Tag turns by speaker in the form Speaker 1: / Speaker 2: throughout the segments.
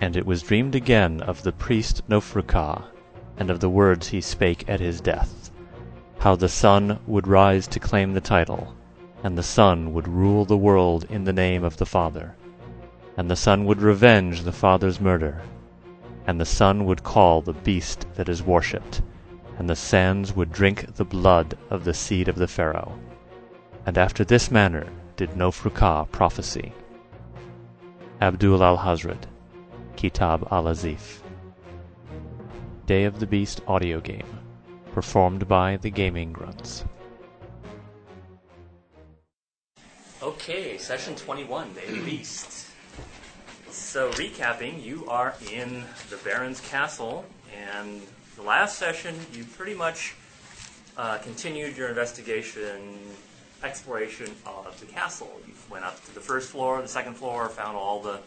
Speaker 1: And it was dreamed again of the priest Nofrukah, and of the words he spake at his death, how the sun would rise to claim the title, and the son would rule the world in the name of the father, and the son would revenge the father's murder, and the son would call the beast that is worshipped, and the sands would drink the blood of the seed of the Pharaoh. And after this manner did Nofrukah prophesy. Abdul al Hazred Kitab al Azif Day of the Beast audio game performed by the Gaming Grunts.
Speaker 2: Okay, session 21, Day of the Beast. So, recapping, you are in the Baron's castle, and the last session you pretty much uh, continued your investigation, exploration of the castle. You went up to the first floor, the second floor, found all the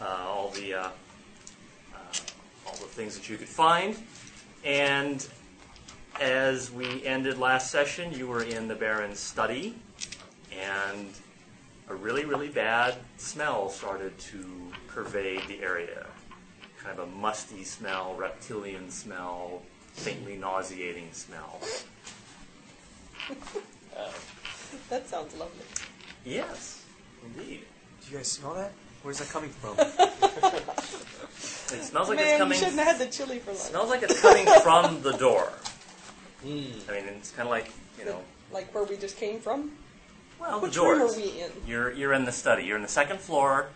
Speaker 2: uh, all the uh, uh, all the things that you could find, and as we ended last session, you were in the Baron's study, and a really, really bad smell started to pervade the area. Kind of a musty smell, reptilian smell, faintly nauseating smell.
Speaker 3: That sounds lovely.
Speaker 2: Yes, indeed.
Speaker 4: Do you guys smell that? Where's that coming from?
Speaker 2: It smells like
Speaker 3: Man,
Speaker 2: it's
Speaker 3: you
Speaker 2: coming.
Speaker 3: shouldn't have had the chili for lunch.
Speaker 2: smells like it's coming from the door. I mean, it's kind of like you know,
Speaker 3: Like where we just came from.
Speaker 2: well,
Speaker 3: Which
Speaker 2: the doors.
Speaker 3: room are we in?
Speaker 2: You're you're in the study. You're in the second floor,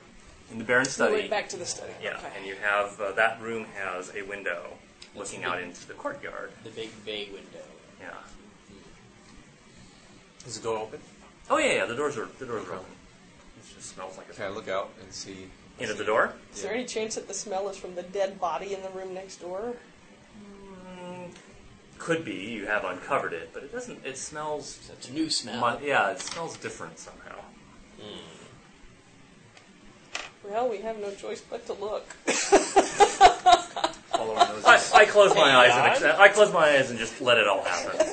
Speaker 2: in the Baron's
Speaker 3: We
Speaker 2: study.
Speaker 3: went back to the study.
Speaker 2: Yeah,
Speaker 3: Okay.
Speaker 2: and you have uh, that room has a window looking out into the courtyard.
Speaker 5: The big bay window.
Speaker 2: Yeah.
Speaker 4: Is the door open?
Speaker 2: Oh yeah, yeah. The doors are the doors are open. It just smells like
Speaker 4: Can I
Speaker 2: a
Speaker 4: look out and see?
Speaker 2: into the door.
Speaker 3: Is there any chance that the smell is from the dead body in the room next door?
Speaker 2: Could be you have uncovered it, but it doesn't. It smells.
Speaker 5: So it's a new smell.
Speaker 2: mu- yeah, it smells different somehow.
Speaker 3: Well, we have no choice but to look.
Speaker 4: Follow our noses.
Speaker 2: I, I close my eyes and accept, I close my eyes and just let it all happen.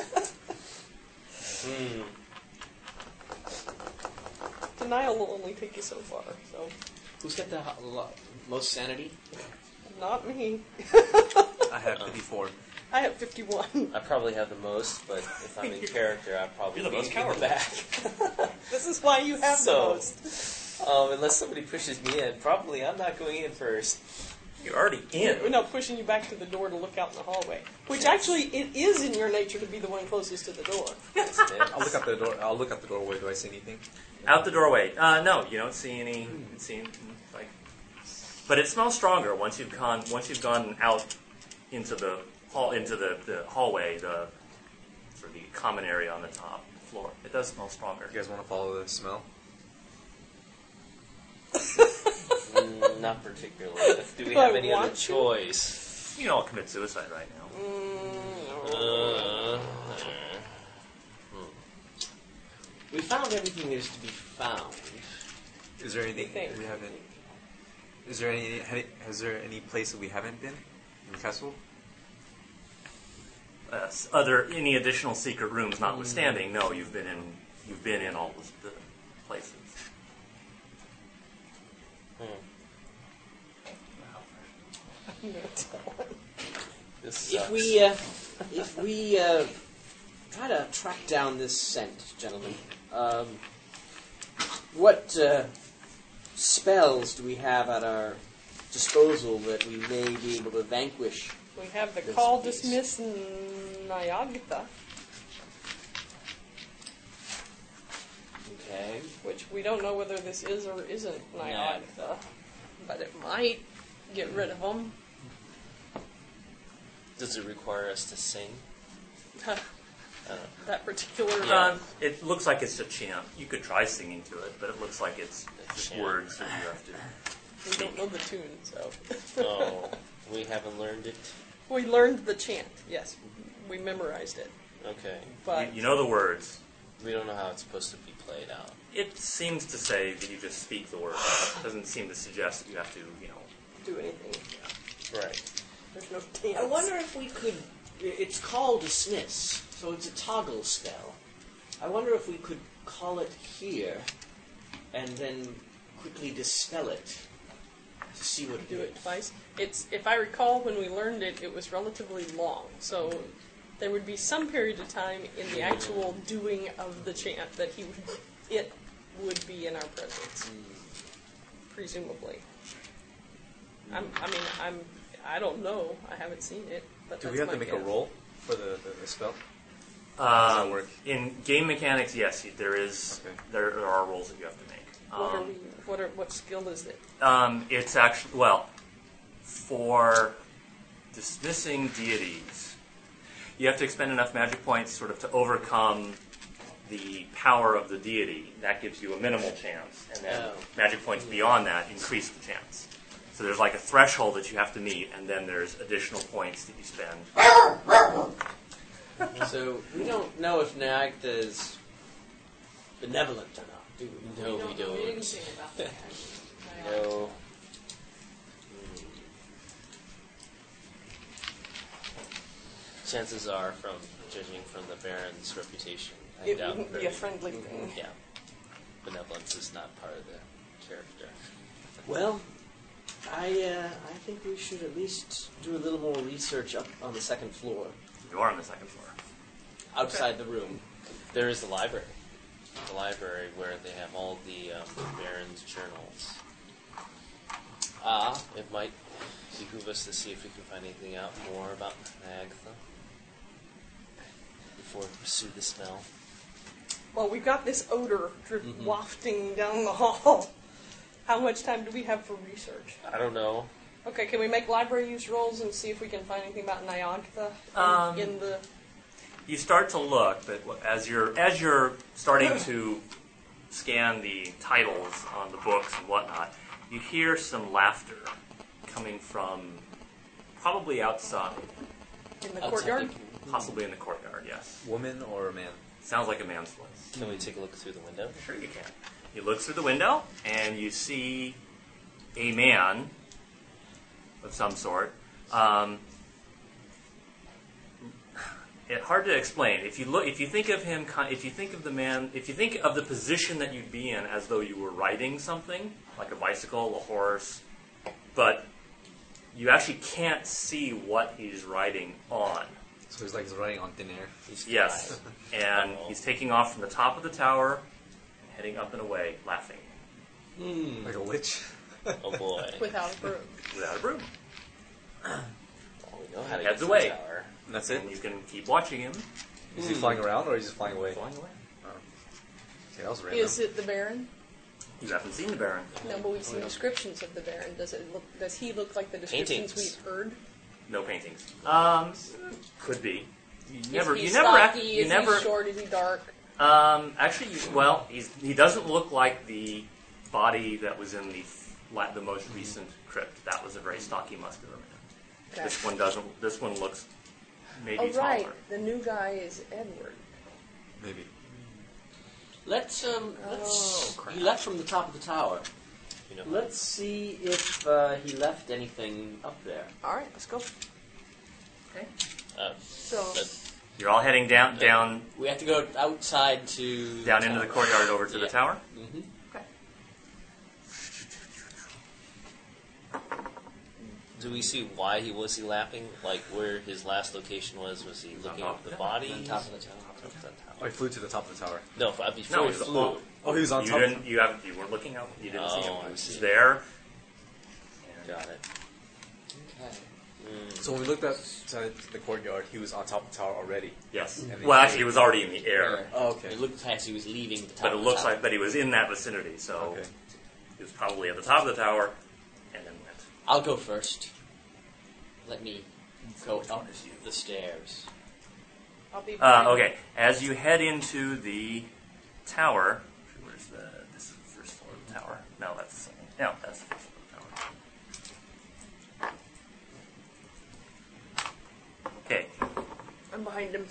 Speaker 3: Denial will only take you so far. So,
Speaker 5: Who's got the ho- lo- most sanity?
Speaker 3: not me.
Speaker 4: I have 54.
Speaker 3: I have 51.
Speaker 6: I probably have the most, but if I'm in character, I probably
Speaker 2: You're
Speaker 6: be
Speaker 2: the most
Speaker 6: in
Speaker 2: cowardly.
Speaker 6: back.
Speaker 3: This is why you have the
Speaker 6: So-
Speaker 3: most.
Speaker 6: Um, unless somebody pushes me in, probably I'm not going in first.
Speaker 2: You're already
Speaker 3: We're
Speaker 2: in.
Speaker 3: not pushing you back to the door to look out in the hallway. Which actually, it is in your nature to be the one closest to the door.
Speaker 6: Yes, it is.
Speaker 4: I'll look out the door. I'll look out the doorway. Do I see anything?
Speaker 2: Out the doorway. Uh, no, you don't see any. you don't See like, but it smells stronger once you've gone once you've gone out into the hall into the, the hallway the sort of the common area on the top floor. It does smell stronger.
Speaker 4: You guys want to follow the smell?
Speaker 6: Mm, not particularly. But do we
Speaker 3: Do I
Speaker 6: have any other
Speaker 3: want to?
Speaker 6: choice?
Speaker 2: You can all commit suicide right now.
Speaker 5: Mm,
Speaker 6: Uh, hmm.
Speaker 5: We found everything there's to be found.
Speaker 4: Is there anything
Speaker 3: Think.
Speaker 4: we haven't? Is there any? Has there any place that we haven't been in the castle?
Speaker 2: Uh, s- other any additional secret rooms notwithstanding, no, you've been in you've been in all of the places.
Speaker 3: You know, so-
Speaker 6: this
Speaker 5: If
Speaker 6: sucks.
Speaker 5: we, uh, if we uh, try to track down this scent, gentlemen, um, what uh, spells do we have at our disposal that we may be able to vanquish?
Speaker 3: We have the
Speaker 5: This
Speaker 3: call,
Speaker 5: piece.
Speaker 3: dismiss, and Nyagtha,
Speaker 5: Okay.
Speaker 3: which we don't know whether this is or isn't Nyagtha, but it might get rid of them.
Speaker 6: Does it require us to sing?
Speaker 3: that particular
Speaker 6: Yeah.
Speaker 2: Um, it looks like it's a chant. You could try singing to it, but it looks like it's just
Speaker 6: chant.
Speaker 2: words that you have to.
Speaker 3: we don't know the tune, so
Speaker 2: Oh.
Speaker 6: No, Oh, we haven't learned it.
Speaker 3: we learned the chant. Yes, we memorized it,
Speaker 6: Okay,
Speaker 3: but
Speaker 2: You, you know the words.
Speaker 6: we don't know how it's supposed to be played out.
Speaker 2: It seems to say that you just speak the words. It doesn't seem to suggest that you have to, you know.
Speaker 3: do anything.
Speaker 6: Right.
Speaker 3: There's no dance.
Speaker 5: I wonder if we could. It's called dismiss, so it's a toggle spell. I wonder if we could call it here, and then quickly dispel it, She would
Speaker 3: do it twice. It's if I recall when we learned it, it was relatively long. So there would be some period of time in the actual doing of the chant that he would it would be in our presence, presumably. I'm, I mean, I'm I don't know. I haven't seen it. But
Speaker 4: Do
Speaker 3: that's
Speaker 4: we have
Speaker 3: my
Speaker 4: to make a
Speaker 3: guess.
Speaker 4: roll for the, the, the spell? does that
Speaker 2: Um,
Speaker 4: work?
Speaker 2: In game mechanics, yes, you- there is
Speaker 4: Okay.
Speaker 2: there, there are rules that you have to make.
Speaker 3: What are
Speaker 2: Um,
Speaker 3: we? What are what skill is it?
Speaker 2: Um, it's actually well for dismissing deities. You have to expend enough magic points sort of to overcome the power of the deity. That gives you a minimal chance, and then
Speaker 5: Oh.
Speaker 2: magic points beyond that increase the chance. So there's like a threshold that you have to meet, and then there's additional points that you spend.
Speaker 5: So we don't know if Nagta is benevolent or not, do we?
Speaker 7: No, we don't.
Speaker 3: anything about that.
Speaker 7: No. Chances are, from judging from the Baron's reputation, I
Speaker 3: It
Speaker 7: doubt
Speaker 3: wouldn't be
Speaker 7: very-
Speaker 3: a friendly thing.
Speaker 7: Yeah, benevolence is not part of the character.
Speaker 5: Well, I uh, I think we should at least do a little more research up on the second floor,
Speaker 2: You are on the second floor.
Speaker 5: outside the room.
Speaker 7: There is the library. The library where they have all the um, Baron's journals. Ah, it might behoove us to see if we can find anything out more about Agatha before we pursue the smell.
Speaker 3: Well, we've got this odor drip
Speaker 2: Mm-hmm.
Speaker 3: wafting down the hall. How much time do we have for research?
Speaker 7: I don't know.
Speaker 3: Okay, can we make library use rolls and see if we can find anything about Nyantha in,
Speaker 2: Um,
Speaker 3: in the?
Speaker 2: you start to look, but as you're as you're starting to scan the titles on the books and whatnot, you hear some laughter coming from probably outside,
Speaker 3: In the
Speaker 7: Outside
Speaker 3: courtyard?
Speaker 7: the-
Speaker 2: possibly in the courtyard. Yes,
Speaker 4: Woman or man?
Speaker 2: sounds like a man's voice.
Speaker 7: Can we take a look through the window?
Speaker 2: Sure, you can. You look through the window and you see a man of some sort. Um, it, hard to explain. If you look, if you think of him, ki- if you think of the man, if you think of the position that you'd be in as though you were riding something, like a bicycle, a horse, but you actually can't see what he's riding on.
Speaker 4: So he's like he's running on thin air.
Speaker 7: He's
Speaker 2: Yes. And he's taking off from the top of the tower, and heading up and away, laughing
Speaker 4: Like a witch.
Speaker 7: fine. Oh boy.
Speaker 3: Without a broom.
Speaker 2: without a broom.
Speaker 7: Well, we know how to
Speaker 2: Heads
Speaker 7: get to
Speaker 2: away.
Speaker 7: the tower.
Speaker 4: And that's it?
Speaker 2: And you can keep watching him
Speaker 4: Is he flying around or is he just flying away? Oh.
Speaker 2: flying away.
Speaker 4: Okay, that was random.
Speaker 3: Is it the Baron?
Speaker 2: You haven't seen the Baron.
Speaker 3: No, but we've seen descriptions of the Baron. Does it look? Does he look like the descriptions
Speaker 7: Paintings.
Speaker 3: we've heard?
Speaker 2: No paintings. Um, could be. You never.
Speaker 3: Is he
Speaker 2: You never. ac-
Speaker 3: stocky?
Speaker 2: You
Speaker 3: is
Speaker 2: never.
Speaker 3: he short? Is he dark?
Speaker 2: Um, actually, you, well, he's, he doesn't look like the body that was in the la- the most recent crypt. That was a very stocky, muscular man.
Speaker 3: Okay.
Speaker 2: This one doesn't. This one looks maybe
Speaker 3: Oh right,
Speaker 2: taller.
Speaker 3: the new guy is Edward.
Speaker 4: Maybe.
Speaker 5: Let's um,
Speaker 2: Oh,
Speaker 5: let's.
Speaker 7: crap.
Speaker 5: he left from the top of the tower.
Speaker 7: You know,
Speaker 5: Let's see if uh, he left anything up there.
Speaker 3: All right, let's go.
Speaker 7: uh,
Speaker 3: So
Speaker 7: but
Speaker 2: You're all heading down, down,
Speaker 5: We have to go outside to
Speaker 2: down into the courtyard over to the
Speaker 7: Yeah.
Speaker 2: tower.
Speaker 5: hmm
Speaker 7: do we see why he was he laughing? Like where his last location was? Was he looking
Speaker 2: top
Speaker 7: at
Speaker 2: of
Speaker 7: the
Speaker 2: the
Speaker 7: body?
Speaker 5: on top of the tower.
Speaker 4: Oh, he flew to the top of the tower.
Speaker 7: No, but before he
Speaker 2: it's the
Speaker 7: flew.
Speaker 2: ball.
Speaker 4: Oh, he was on
Speaker 2: you
Speaker 4: top.
Speaker 2: didn't. You haven't. You weren't looking out. You didn't see him.
Speaker 7: Oh, I
Speaker 2: He was
Speaker 7: see.
Speaker 2: there.
Speaker 7: Got it.
Speaker 5: Okay.
Speaker 4: So when we looked outside the courtyard, he was on top of the tower already.
Speaker 2: Yes.
Speaker 4: And
Speaker 2: Well,
Speaker 4: he-
Speaker 2: actually, he was already in the air,
Speaker 4: Oh,
Speaker 5: It
Speaker 4: okay.
Speaker 5: looked like he was leaving the top.
Speaker 2: but it
Speaker 5: of
Speaker 2: looks
Speaker 5: the tower.
Speaker 2: like but he was in that vicinity, so
Speaker 4: Okay.
Speaker 2: he was probably at the top of the tower, and then went.
Speaker 5: I'll go first. Let me go up the stairs.
Speaker 3: I'll be.
Speaker 2: Uh, okay, as you head into the tower, where's the this is the first floor of the tower? No, that's the second. No, that's the first floor of the tower. Okay,
Speaker 3: I'm behind him.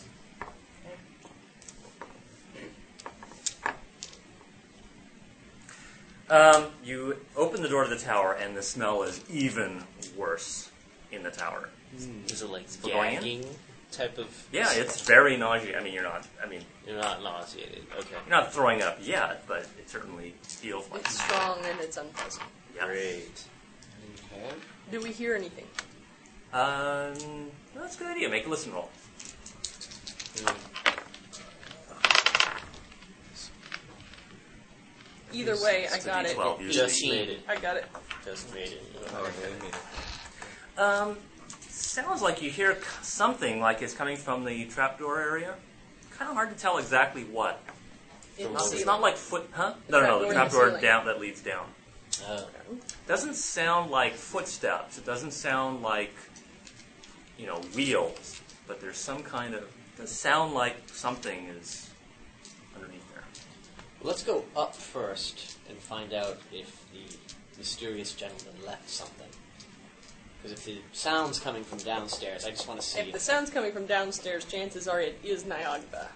Speaker 2: Um, you open the door to the tower, and the smell is even worse in the tower.
Speaker 7: Is it like
Speaker 2: For going in?
Speaker 7: gagging type of?
Speaker 2: Yeah, it's very nauseating. I mean, you're not. I mean,
Speaker 7: You're not nauseated. Okay.
Speaker 2: you're not throwing up yet, but it certainly feels like.
Speaker 3: It's strong and it's unpleasant.
Speaker 2: Yeah.
Speaker 7: Great. Okay.
Speaker 3: Do we hear anything?
Speaker 2: Um, that's a good idea. Make a listen roll.
Speaker 3: Either way, I
Speaker 2: It's a
Speaker 3: got it.
Speaker 2: D12 usually.
Speaker 7: Just made it.
Speaker 3: I got it.
Speaker 7: Just made it.
Speaker 8: Oh, okay, I mean,
Speaker 2: Um, sounds like you hear c- something like it's coming from the trapdoor area. Kind of hard to tell exactly what.
Speaker 3: In
Speaker 7: Not-
Speaker 3: the
Speaker 7: it's
Speaker 2: It's
Speaker 3: ceiling.
Speaker 2: not like foot, huh? No, no, no. The
Speaker 3: trapdoor in the
Speaker 2: trapdoor
Speaker 3: ceiling.
Speaker 2: down that leads down.
Speaker 7: Oh.
Speaker 2: Doesn't sound like footsteps. It doesn't sound like, you know, wheels. But there's some kind of. Does sound like something is underneath there.
Speaker 5: Let's go up first and find out if the mysterious gentleman left something. Because if the sound's coming from downstairs, I just want to see.
Speaker 3: If the sound's coming from downstairs, chances are it is Niagara,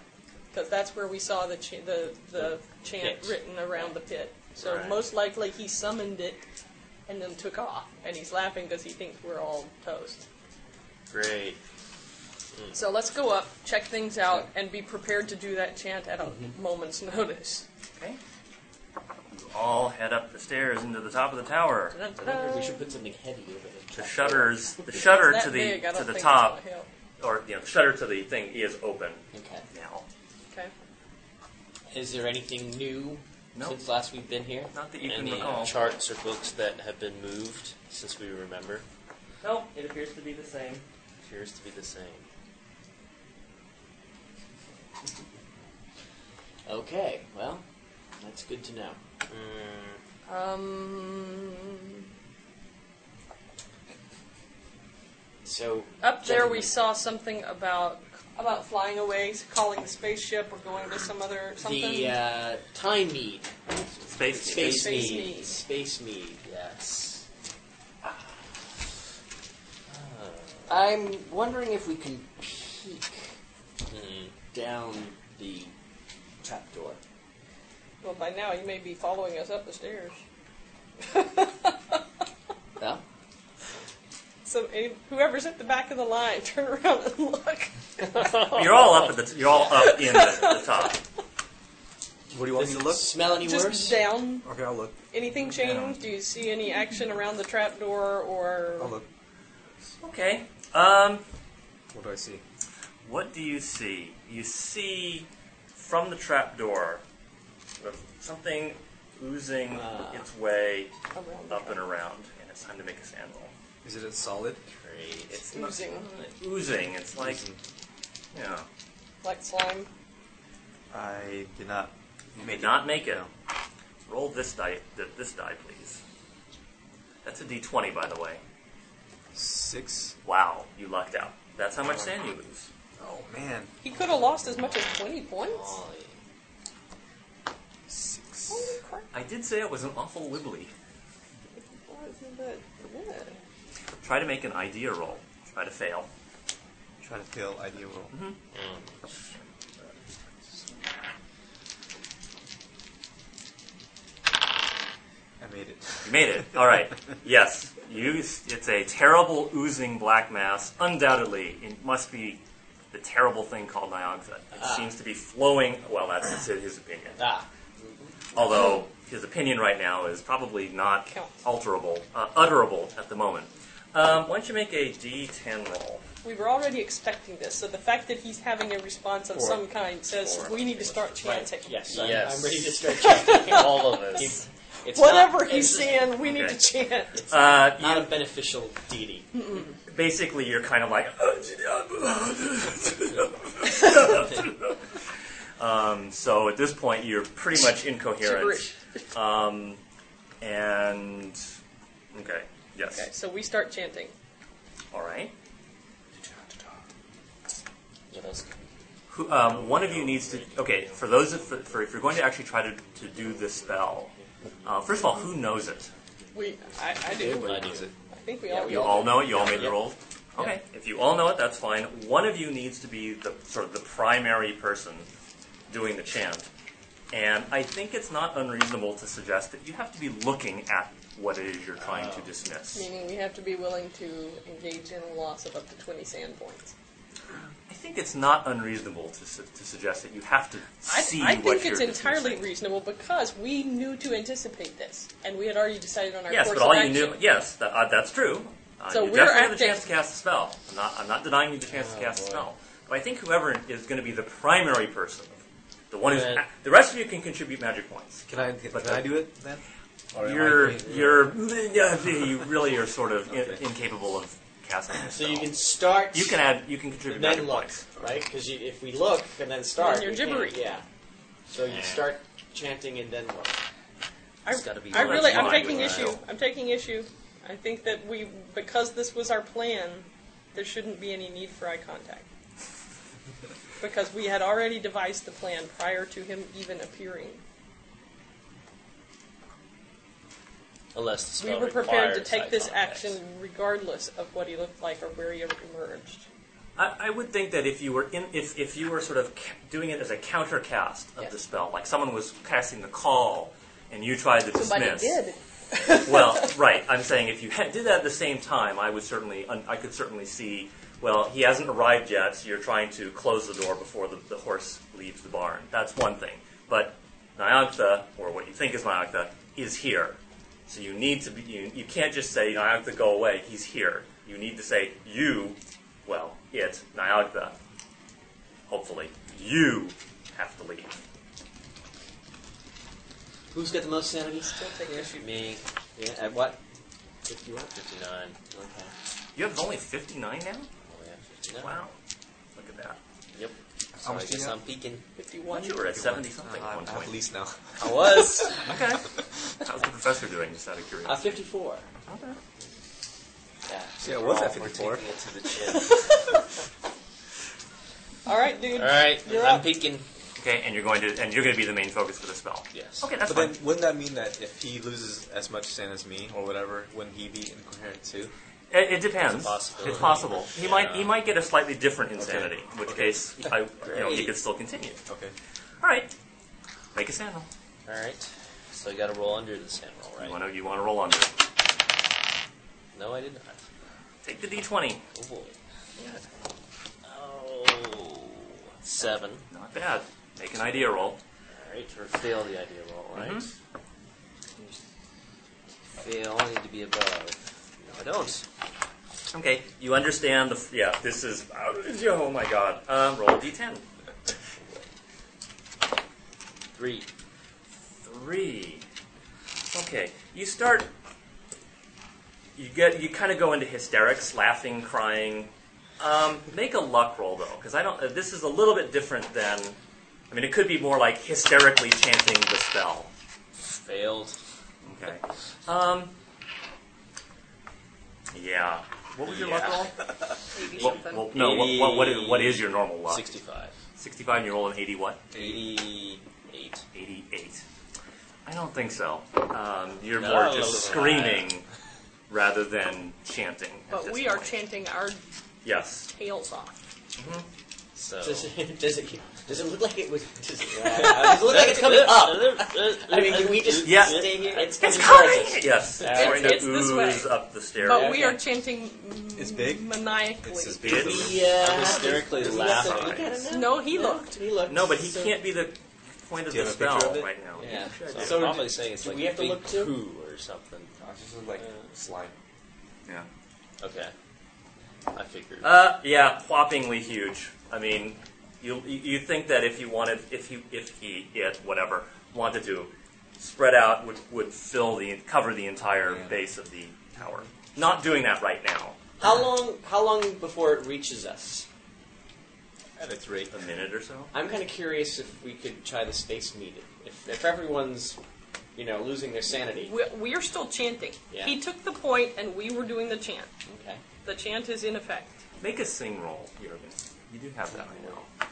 Speaker 3: because that's where we saw the ch- the the chant
Speaker 5: Pit.
Speaker 3: written around the pit. So
Speaker 2: Right.
Speaker 3: most likely he summoned it and then took off, and he's laughing because he thinks we're all toast.
Speaker 7: Great.
Speaker 3: So let's go up, check things out, and be prepared to do that chant at a
Speaker 2: Mm-hmm.
Speaker 3: moment's notice.
Speaker 2: Okay? You all head up the stairs into the top of the tower.
Speaker 5: I wonder if we should put something heavy over the
Speaker 2: The
Speaker 5: trap
Speaker 2: shutters, the shutter
Speaker 3: That
Speaker 2: to the
Speaker 3: big, I don't
Speaker 2: to the
Speaker 3: think it's
Speaker 2: top,
Speaker 3: gonna help.
Speaker 2: or you know, the shutter to the thing is open
Speaker 5: door. Okay.
Speaker 2: now.
Speaker 3: Okay.
Speaker 5: Is there anything new
Speaker 2: No.
Speaker 5: since last we've been here?
Speaker 2: Not that you can
Speaker 7: Any
Speaker 2: recall.
Speaker 7: charts or books that have been moved since we remember?
Speaker 2: No, it appears to be the same.
Speaker 7: Appears to be the same.
Speaker 5: Okay. Well, that's good to know.
Speaker 7: Mm,
Speaker 3: Um,
Speaker 5: So
Speaker 3: up there we
Speaker 5: gentlemen,
Speaker 3: saw something about about flying away, calling the spaceship, or going to some other something.
Speaker 5: the uh, time mead,
Speaker 2: Space,
Speaker 5: space,
Speaker 3: Space
Speaker 5: mead.
Speaker 3: mead.
Speaker 5: space mead.
Speaker 7: yes.
Speaker 5: I'm wondering if we can peek Hmm.
Speaker 7: Mm,
Speaker 5: down the trapdoor.
Speaker 3: Well, by now you may be following us up the stairs.
Speaker 5: Well,
Speaker 3: So eh, whoever's at the back of the line, turn around and look.
Speaker 2: You're all up at the. T- you're all up in the, the top.
Speaker 8: what do you want me to look?
Speaker 5: smell any
Speaker 3: Just
Speaker 5: worse?
Speaker 3: down.
Speaker 8: Okay, I'll look.
Speaker 3: Anything change? Do you see any action around the trapdoor
Speaker 8: I'll
Speaker 5: Oh,
Speaker 3: or
Speaker 8: look.
Speaker 2: Okay. Um,
Speaker 8: What do I see?
Speaker 2: what do you see? You see from the trapdoor sort of something oozing
Speaker 5: Ah.
Speaker 2: its way
Speaker 3: around the
Speaker 2: up and around, and it's time to make a sand roll.
Speaker 8: Is it a solid?
Speaker 7: great.
Speaker 2: It's not-
Speaker 3: oozing
Speaker 2: oozing. It's like you know.
Speaker 3: like slime?
Speaker 8: I did not
Speaker 2: May
Speaker 8: make it.
Speaker 2: not make it. Roll this die. th- This die, please. That's a d20, by the way.
Speaker 8: Six.
Speaker 2: Wow, you lucked out. That's how much sand you lose.
Speaker 8: Oh man,
Speaker 3: He could have lost as much as twenty points.
Speaker 7: Molly.
Speaker 8: six.
Speaker 3: Holy crap!
Speaker 2: I did say it was an awful wibbly.
Speaker 3: Why isn't that good?
Speaker 2: Try to make an idea roll. Try to fail.
Speaker 8: Try to fail idea roll. I made it.
Speaker 2: You made it. All right. Yes, you. It's a terrible oozing black mass. Undoubtedly, it must be the terrible thing called nioxide. It
Speaker 5: Ah.
Speaker 2: seems to be flowing. Well, that's his his opinion.
Speaker 5: Ah,
Speaker 2: although his opinion right now is probably not
Speaker 3: Count.
Speaker 2: alterable, uh, utterable at the moment. Um, why don't you make a D10 roll?
Speaker 3: We were already expecting this, so the fact that he's having a response of
Speaker 2: Four.
Speaker 3: some kind says
Speaker 2: Four.
Speaker 3: we need to start
Speaker 5: right.
Speaker 3: chanting.
Speaker 5: Yes,
Speaker 7: Yes.
Speaker 5: I'm, I'm ready to start checking.
Speaker 7: All of us.
Speaker 5: It's
Speaker 3: Whatever
Speaker 5: not,
Speaker 3: he's
Speaker 5: it's
Speaker 3: saying, we need
Speaker 2: Okay.
Speaker 3: to chant.
Speaker 2: Uh,
Speaker 5: Not a
Speaker 2: you,
Speaker 5: beneficial deity.
Speaker 2: basically, you're kind of like. um, so at this point, you're pretty much incoherent.
Speaker 3: Gibberish.
Speaker 2: Um, and. Okay, yes.
Speaker 3: Okay, so we start chanting.
Speaker 2: All right.
Speaker 7: What else? can-
Speaker 2: Who, um, one of you needs to. Okay, for those, of, for, for if you're going to actually try to, to do this spell, uh, first of all, who knows it?
Speaker 3: We, I, I do.
Speaker 7: I do.
Speaker 8: it?
Speaker 3: I think we all.
Speaker 2: You all know it. You all made the roll. Okay, if you all know it, that's fine. One of you needs to be the sort of the primary person doing the chant, and I think it's not unreasonable to suggest that you have to be looking at what it is you're trying to dismiss.
Speaker 3: Meaning we have to be willing to engage in a loss of up to 20 sand points.
Speaker 2: I think it's not unreasonable to, su- to suggest that you have to
Speaker 3: I,
Speaker 2: see
Speaker 3: I
Speaker 2: what
Speaker 3: think it's
Speaker 2: you're
Speaker 3: entirely
Speaker 2: dismissing.
Speaker 3: reasonable because we knew to anticipate this, and we had already decided on our
Speaker 2: Yes,
Speaker 3: course
Speaker 2: but all
Speaker 3: of
Speaker 2: you
Speaker 3: action.
Speaker 2: knew. Yes, that, uh, that's true. Uh,
Speaker 3: So
Speaker 2: you
Speaker 3: we're
Speaker 2: definitely have the
Speaker 3: acting-
Speaker 2: chance to cast a spell. I'm not, I'm not denying you the chance to
Speaker 7: Oh,
Speaker 2: cast a
Speaker 7: boy.
Speaker 2: spell. But I think whoever is going to be the primary person, the one who's
Speaker 7: Good.
Speaker 2: a- the rest of you can contribute magic points.
Speaker 8: Can I,
Speaker 2: But
Speaker 8: can I do it then? Or am I
Speaker 2: You're
Speaker 8: doing it?
Speaker 2: you're yeah, you really are sort of in-
Speaker 8: Okay.
Speaker 2: incapable of casting a
Speaker 5: So
Speaker 2: spell.
Speaker 5: you can start.
Speaker 2: You can add you can contribute
Speaker 5: and
Speaker 2: magic
Speaker 5: then look,
Speaker 2: points.
Speaker 5: right? Because if we look and then start,
Speaker 3: Then you're
Speaker 5: we can't,
Speaker 3: gibbery.
Speaker 5: Yeah. So you start chanting and then look.
Speaker 3: I,
Speaker 7: gotta be-
Speaker 3: I
Speaker 2: Well,
Speaker 3: really,
Speaker 2: that's
Speaker 3: I'm
Speaker 2: fine,
Speaker 3: taking
Speaker 2: but I
Speaker 3: issue.
Speaker 2: don't-
Speaker 3: I'm taking issue. I think that we, because this was our plan, there shouldn't be any need for eye contact. Because we had already devised the plan prior to him even appearing.
Speaker 7: Unless the
Speaker 3: We
Speaker 7: spell
Speaker 3: were prepared to
Speaker 7: requires
Speaker 3: take
Speaker 7: eye
Speaker 3: this
Speaker 7: contact.
Speaker 3: action regardless of what he looked like or where he emerged.
Speaker 2: I, I would think that if you were in, if, if you were sort of ca- doing it as a countercast of
Speaker 5: Yes.
Speaker 2: the spell, like someone was casting the call and you tried to
Speaker 3: Somebody
Speaker 2: dismiss.
Speaker 3: did.
Speaker 2: well, right. I'm saying if you had, did that at the same time, I would certainly, un, I could certainly see. Well, he hasn't arrived yet, so you're trying to close the door before the, the horse leaves the barn. That's one thing. But Nyantha, or what you think is Nyantha, is here. So you need to be. You, you can't just say Nyantha, go away. He's here. You need to say you. Well, it Nyantha. Hopefully, you have to leave.
Speaker 5: Who's got the most sanity?
Speaker 3: Still taking issue.
Speaker 7: Me,
Speaker 9: Yeah, at what?
Speaker 5: 51.
Speaker 7: 59.
Speaker 5: Okay.
Speaker 2: You have only 59 now.
Speaker 7: Only have 59.
Speaker 2: Wow, look at that.
Speaker 7: Yep.
Speaker 8: How
Speaker 7: So I
Speaker 8: much do you
Speaker 7: guess
Speaker 8: have?
Speaker 7: I'm peeking.
Speaker 3: 51.
Speaker 2: you were at 70 something
Speaker 8: Uh,
Speaker 2: at
Speaker 8: I'm
Speaker 2: one
Speaker 8: I'm
Speaker 2: point.
Speaker 8: at least now.
Speaker 7: I was.
Speaker 2: Okay. How's the professor doing? Just out of
Speaker 5: Uh,
Speaker 2: curiosity.
Speaker 5: 54.
Speaker 2: Okay.
Speaker 7: yeah.
Speaker 8: Yeah, what's
Speaker 7: we're
Speaker 8: that,
Speaker 2: Oh,
Speaker 7: all- we're
Speaker 8: 54?
Speaker 7: taking it to the chin.
Speaker 3: All right, dude.
Speaker 7: All right,
Speaker 3: You're
Speaker 7: I'm
Speaker 3: up.
Speaker 7: peeking.
Speaker 2: Okay, and you're going to and you're going to be the main focus for the spell.
Speaker 7: Yes.
Speaker 2: Okay, that's
Speaker 8: But
Speaker 2: fine.
Speaker 8: then, wouldn't that mean that if he loses as much sin as me or whatever, wouldn't he be incoherent too?
Speaker 2: It, it depends.
Speaker 7: It's a possibility.
Speaker 2: It's possible. He might he
Speaker 7: Yeah.
Speaker 2: might get a slightly different insanity, in which case I you know he
Speaker 7: Great.
Speaker 2: could still continue.
Speaker 8: Okay.
Speaker 2: All right. Make a sand roll.
Speaker 7: All right. So I got to roll under the sand roll, right?
Speaker 2: You want to you want to roll under.
Speaker 7: No, I did not.
Speaker 2: Take the d20.
Speaker 7: Oh boy. Oh, seven.
Speaker 2: Not bad. Make an idea roll.
Speaker 7: All right, or fail the idea roll, right?
Speaker 2: Mhm.
Speaker 7: Fail. I need to be above. No, I don't.
Speaker 2: Okay. You understand the f- yeah. This is oh my god. Um, roll a d10.
Speaker 7: Three.
Speaker 2: three. Okay, you start. You get you kind of go into hysterics, laughing, crying. Um, make a luck roll though, because I don't. Uh, this is a little bit different than. I mean, it could be more like hysterically chanting the spell.
Speaker 7: Failed.
Speaker 2: Okay. Um. Yeah. What was your luck roll? What, well, no. What, what, what, is, what is your normal luck?
Speaker 7: Sixty-five.
Speaker 2: Sixty-five. and You roll an eighty. What?
Speaker 7: Eighty-eight.
Speaker 2: 88. I don't think so. Um, you're
Speaker 7: No,
Speaker 2: more just
Speaker 7: no.
Speaker 2: screaming rather than chanting. at
Speaker 3: But
Speaker 2: this
Speaker 3: we are
Speaker 2: point.
Speaker 3: chanting our
Speaker 2: Yes.
Speaker 3: tails off.
Speaker 7: So.
Speaker 5: Does it, does it does it look like it was? Does it, does it look like it's coming up? I mean, can we just
Speaker 2: Yeah.
Speaker 5: stay here? It's
Speaker 2: It's
Speaker 5: towards
Speaker 2: coming!
Speaker 5: us.
Speaker 2: Yes. It's
Speaker 5: It's-
Speaker 2: going to
Speaker 3: it's this way.
Speaker 2: ooze up the stairs.
Speaker 3: But
Speaker 5: Yeah,
Speaker 3: we
Speaker 5: okay.
Speaker 3: are chanting m-
Speaker 8: It's big?
Speaker 2: Mm-hmm.
Speaker 3: maniacally.
Speaker 8: It's as big as
Speaker 2: It's-
Speaker 8: a
Speaker 5: Yeah.
Speaker 7: I'm hysterically
Speaker 5: Does he have to
Speaker 7: laughing.
Speaker 5: look at it now?
Speaker 3: No, he
Speaker 5: No,
Speaker 3: looked.
Speaker 5: He looked.
Speaker 2: No, but he
Speaker 5: so-
Speaker 2: can't be the point of
Speaker 8: Do you
Speaker 2: the
Speaker 8: have a picture
Speaker 2: spell
Speaker 8: of it?
Speaker 2: right now.
Speaker 5: Yeah.
Speaker 7: So,
Speaker 5: So
Speaker 7: I'm probably
Speaker 5: do-
Speaker 7: saying it's
Speaker 5: do
Speaker 7: like
Speaker 5: we
Speaker 7: a
Speaker 5: have to
Speaker 7: big
Speaker 5: look too?
Speaker 7: poo or something.
Speaker 8: This is like slime.
Speaker 2: Yeah.
Speaker 7: Okay. I figured.
Speaker 2: Uh, yeah, whoppingly huge. I mean, you you think that if you wanted, if he, if he, it, whatever, wanted to spread out, would would fill the cover the entire
Speaker 8: Yeah.
Speaker 2: base of the tower. Not doing that right now.
Speaker 5: How long? How long before it reaches us?
Speaker 7: at its rate.
Speaker 2: A minute or so.
Speaker 5: I'm kind of curious if we could try the space meter. If, if everyone's, you know, losing their sanity.
Speaker 3: We, we are still chanting.
Speaker 5: Yeah.
Speaker 3: He took the point, and we were doing the chant.
Speaker 5: Okay.
Speaker 3: The chant is in effect.
Speaker 2: Make a sing roll, Jurgen. You do have that, I know.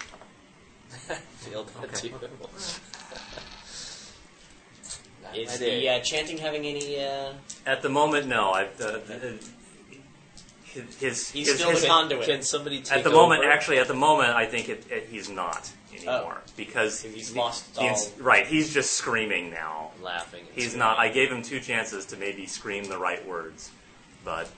Speaker 7: Failed that too.
Speaker 5: Is
Speaker 7: I
Speaker 5: the
Speaker 7: did.
Speaker 5: uh, chanting having any? Uh,
Speaker 2: At the moment, no. I've uh, uh, his his,
Speaker 5: He's
Speaker 2: his,
Speaker 5: still
Speaker 2: his
Speaker 5: the conduit.
Speaker 7: Can somebody take
Speaker 2: at the moment,
Speaker 7: over?
Speaker 2: actually, at the moment, I think it, it, he's not anymore because
Speaker 5: He's lost
Speaker 2: the ins-
Speaker 5: Oh. all-
Speaker 2: right. He's just screaming now.
Speaker 7: I'm laughing. and
Speaker 2: He's
Speaker 7: screaming.
Speaker 2: not. I gave him two chances to maybe scream the right words, but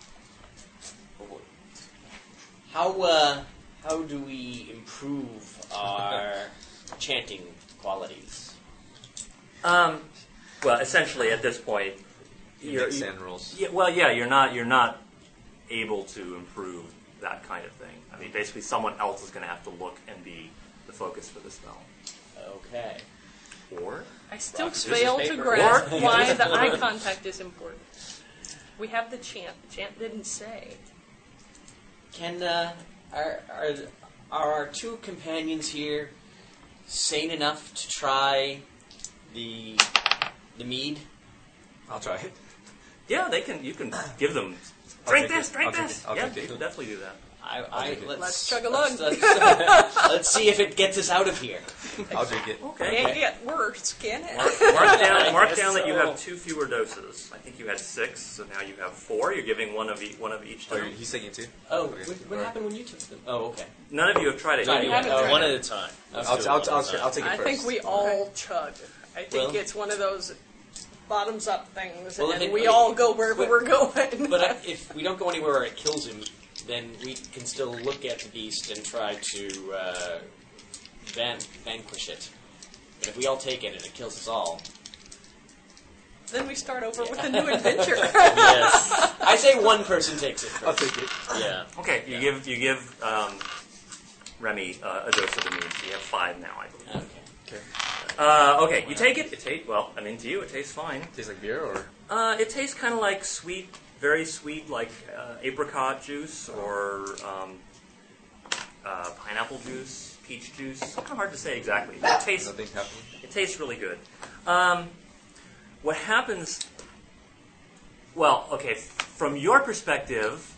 Speaker 5: How uh, How do we improve our chanting qualities?
Speaker 2: Um, well, essentially, at this point, you're,
Speaker 8: Index
Speaker 2: you-
Speaker 8: and rules.
Speaker 2: yeah, well, yeah, you're not you're not able to improve that kind of thing. I mean, basically, someone else is going to have to look and be the focus for the spell.
Speaker 5: Okay.
Speaker 2: Or
Speaker 3: I still
Speaker 5: Rock, scissors,
Speaker 3: fail to
Speaker 5: paper.
Speaker 3: grasp
Speaker 2: Or-
Speaker 3: why the eye contact is important. We have the chant. The chant didn't say.
Speaker 5: Can uh, are, are are our two companions here sane enough to try the the mead?
Speaker 8: I'll try it.
Speaker 2: yeah, they can you can give them
Speaker 8: I'll
Speaker 2: drink
Speaker 8: take
Speaker 2: this,
Speaker 8: it.
Speaker 2: drink
Speaker 8: I'll take
Speaker 2: this.
Speaker 8: it. I'll
Speaker 2: yeah,
Speaker 8: take it.
Speaker 2: you can definitely do that.
Speaker 5: I,
Speaker 8: take
Speaker 5: I
Speaker 8: it.
Speaker 5: let's,
Speaker 3: Let's chug along.
Speaker 5: Let's, let's, uh, let's see if it gets us out of here.
Speaker 8: I'll drink it.
Speaker 2: Okay.
Speaker 3: Can't get worse, can it?
Speaker 2: Mark, mark
Speaker 5: I
Speaker 2: down, mark
Speaker 5: guess
Speaker 2: down that you have
Speaker 5: so.
Speaker 2: two fewer doses. I think you had six, so now you have four. You're giving one of each, one of each. To
Speaker 8: Oh,
Speaker 2: them.
Speaker 8: he's taking it too.
Speaker 5: Oh,
Speaker 8: Okay.
Speaker 5: what, what happened when you took them? Oh, okay.
Speaker 2: None of you have tried it.
Speaker 5: Sorry,
Speaker 2: yet.
Speaker 3: haven't
Speaker 5: uh,
Speaker 3: tried
Speaker 7: one
Speaker 3: it.
Speaker 7: at a time. Let's
Speaker 8: I'll,
Speaker 7: do it
Speaker 8: I'll, I'll,
Speaker 7: one at a
Speaker 8: I'll,
Speaker 7: time.
Speaker 8: take it
Speaker 3: I
Speaker 8: first.
Speaker 3: think we all chug. I think
Speaker 5: Well-
Speaker 3: it's one of those bottoms up things,
Speaker 5: Well, if
Speaker 3: and
Speaker 5: it-
Speaker 3: we all go wherever
Speaker 5: but-
Speaker 3: we're going.
Speaker 5: But I, if we don't go anywhere where it kills him, then we can still look at the beast and try to uh, van- vanquish it. But if we all take it and it kills us all,
Speaker 3: then we start over with a new adventure.
Speaker 5: Hmm.
Speaker 7: yes.
Speaker 5: I say one person takes it first.
Speaker 8: I'll take it.
Speaker 7: Yeah.
Speaker 2: Okay, you give you give um, Remy uh, a dose of the mead. So you have five now, I believe.
Speaker 5: Okay.
Speaker 2: Uh, okay, you take it. It tastes well. I mean, to you, it tastes fine.
Speaker 8: Tastes like beer or
Speaker 2: Uh, it tastes kind of like sweet, very sweet, like uh, apricot juice or um, uh, pineapple juice, peach juice. It's kind of hard to say exactly. It tastes
Speaker 8: nothing's happening.
Speaker 2: It tastes really good. Um, what happens? Well, okay, from your perspective,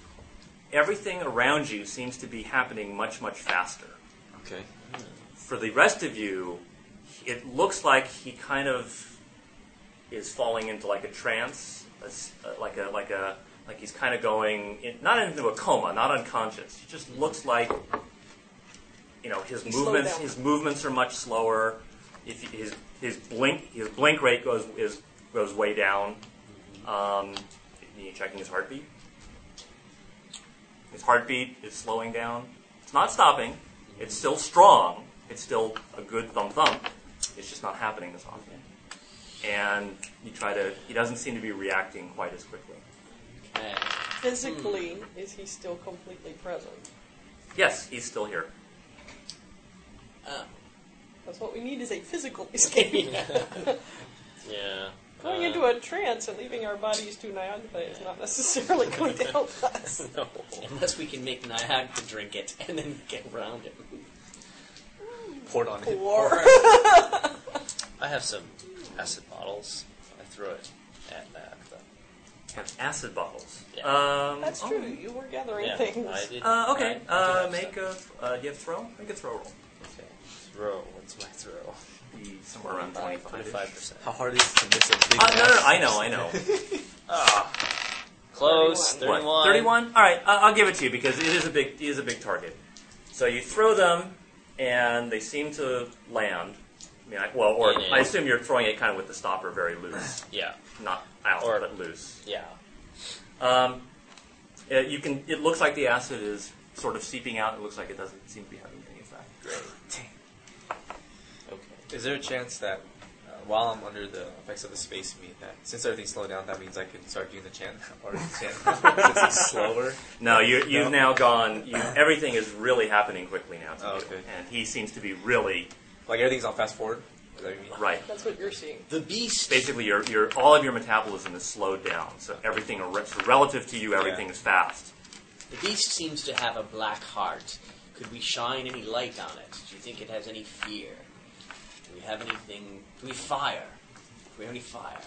Speaker 2: everything around you seems to be happening much, much faster.
Speaker 8: Okay.
Speaker 2: For the rest of you, it looks like he kind of is falling into like a trance, a s- uh, like a like a like he's kind of going in, not into a coma, not unconscious. He just looks like you know his
Speaker 3: He's slowed
Speaker 2: movements
Speaker 3: down.
Speaker 2: his movements are much slower. If he- his his blink his blink rate goes is goes way down. Um, you checking his heartbeat. His heartbeat is slowing down. It's not stopping. It's still strong. It's still a good thump thump. It's just not happening as often. And you try to. He doesn't seem to be reacting quite as quickly.
Speaker 5: Okay.
Speaker 3: Physically, is he still completely present?
Speaker 2: Yes, he's still here.
Speaker 5: Oh.
Speaker 3: Because what we need is a physical escape.
Speaker 7: Yeah.
Speaker 3: Going
Speaker 7: Uh,
Speaker 3: into a trance and leaving our bodies to Niagara is not necessarily going to help
Speaker 5: Uh,
Speaker 3: us.
Speaker 7: no.
Speaker 5: Unless we can make Nyag to drink it and then get around him.
Speaker 8: Poured on it.
Speaker 3: Or
Speaker 7: I have some acid bottles. I throw it at that. But,
Speaker 2: Have acid bottles.
Speaker 7: Yeah.
Speaker 2: Um,
Speaker 3: that's
Speaker 2: oh,
Speaker 3: true. You were gathering
Speaker 7: yeah.
Speaker 3: things.
Speaker 7: I did,
Speaker 2: Uh, okay.
Speaker 7: I, I
Speaker 2: Uh,
Speaker 7: did have
Speaker 2: make a. Uh, you have throw. Make a throw roll.
Speaker 7: some. Okay. Throw. What's my throw?
Speaker 2: Be somewhere around
Speaker 7: Twenty-five
Speaker 2: twenty-five.
Speaker 7: percent.
Speaker 8: How hard is it to mix a big
Speaker 2: Uh, no, no, no,
Speaker 8: mass?
Speaker 2: I know, I know.
Speaker 7: Close. Thirty-one.
Speaker 2: What, 31? All right, I- I'll give it to you because it is a big it is a big target. So you throw them, and they seem to land. I mean, I, well, or
Speaker 7: Yeah.
Speaker 2: I assume you're throwing it kind of with the stopper very loose,
Speaker 7: Yeah.
Speaker 2: not out,
Speaker 7: Or-
Speaker 2: but loose.
Speaker 7: Yeah.
Speaker 2: Um, uh, you can. It looks like the acid is sort of seeping out. It looks like it doesn't seem to be having any effect.
Speaker 7: Okay.
Speaker 8: Is there a chance that uh, while I'm under the effects of the space meat, that since everything's slowed down, that means I can start doing the chant or the chant since it's slower?
Speaker 2: No, you, you've
Speaker 8: No.
Speaker 2: now gone. You, everything is really happening quickly now. To
Speaker 8: Oh,
Speaker 2: you.
Speaker 8: okay.
Speaker 2: And he seems to be really
Speaker 8: Like everything's on fast forward. Is that what you mean?
Speaker 2: right.
Speaker 3: That's what you're seeing.
Speaker 5: The beast.
Speaker 2: basically your, your all of your metabolism is slowed down. So everything ar- so relative to you, everything is fast.
Speaker 5: The beast seems to have a black heart. Could we shine any light on it? Do you think it has any fear? Do we have anything? Do we fire? Do we have any fire?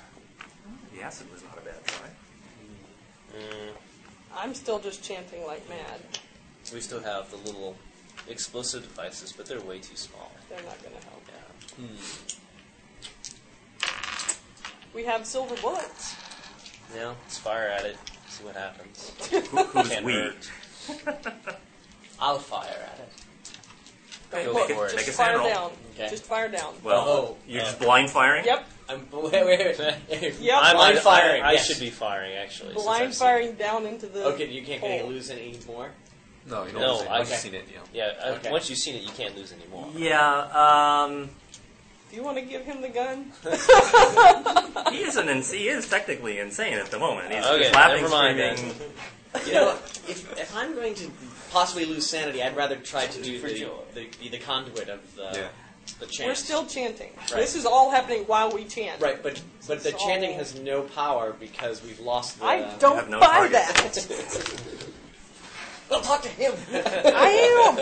Speaker 2: The acid was not a bad try.
Speaker 7: Mm,
Speaker 3: I'm still just chanting like mad.
Speaker 7: we still have the little explosive devices, but they're way too small.
Speaker 3: They're not going to help.
Speaker 7: Yeah.
Speaker 3: We have silver bullets.
Speaker 7: No. Let's fire at it. See what happens.
Speaker 2: Who, who's
Speaker 7: Can't
Speaker 2: we?
Speaker 7: hurt.
Speaker 5: I'll fire at it.
Speaker 7: Go
Speaker 3: Look,
Speaker 7: for it.
Speaker 3: just
Speaker 2: Make a
Speaker 3: fire
Speaker 2: sand roll.
Speaker 3: down.
Speaker 5: Okay.
Speaker 3: Just fire down.
Speaker 2: Well,
Speaker 5: Oh,
Speaker 2: you're
Speaker 7: uh,
Speaker 2: just blind firing.
Speaker 3: Yep.
Speaker 5: I'm wait, wait, wait.
Speaker 3: Yep.
Speaker 7: I'm
Speaker 5: blind
Speaker 7: I-
Speaker 5: firing.
Speaker 7: I, I
Speaker 5: yes.
Speaker 7: should be firing actually. since
Speaker 3: Blind
Speaker 7: I've seen-
Speaker 3: firing down into the.
Speaker 5: Okay, you can't can you
Speaker 3: hole.
Speaker 5: lose any more.
Speaker 8: No, you don't
Speaker 7: No,
Speaker 8: lose it. I've
Speaker 7: okay.
Speaker 8: seen it. You know.
Speaker 7: Yeah, uh,
Speaker 5: Okay.
Speaker 7: once you've seen it, you can't lose anymore.
Speaker 2: Yeah, um,
Speaker 3: Do you want to give him the gun?
Speaker 2: he is an ins- he is technically insane at the moment. He's,
Speaker 7: Okay,
Speaker 2: he's laughing,
Speaker 7: never mind
Speaker 2: screaming.
Speaker 5: You know, if, if I'm going to possibly lose sanity, I'd rather try to do
Speaker 7: For
Speaker 5: the,
Speaker 7: joy.
Speaker 5: the, be the conduit of the,
Speaker 8: Yeah.
Speaker 5: the chant.
Speaker 3: We're still chanting.
Speaker 5: Right.
Speaker 3: This is all happening while we chant.
Speaker 5: right, but but the
Speaker 3: So-
Speaker 5: chanting has no power because we've lost the.
Speaker 3: I
Speaker 2: You have
Speaker 3: don't
Speaker 2: no
Speaker 3: buy
Speaker 2: target.
Speaker 3: that.
Speaker 5: We'll talk to him.
Speaker 3: I am.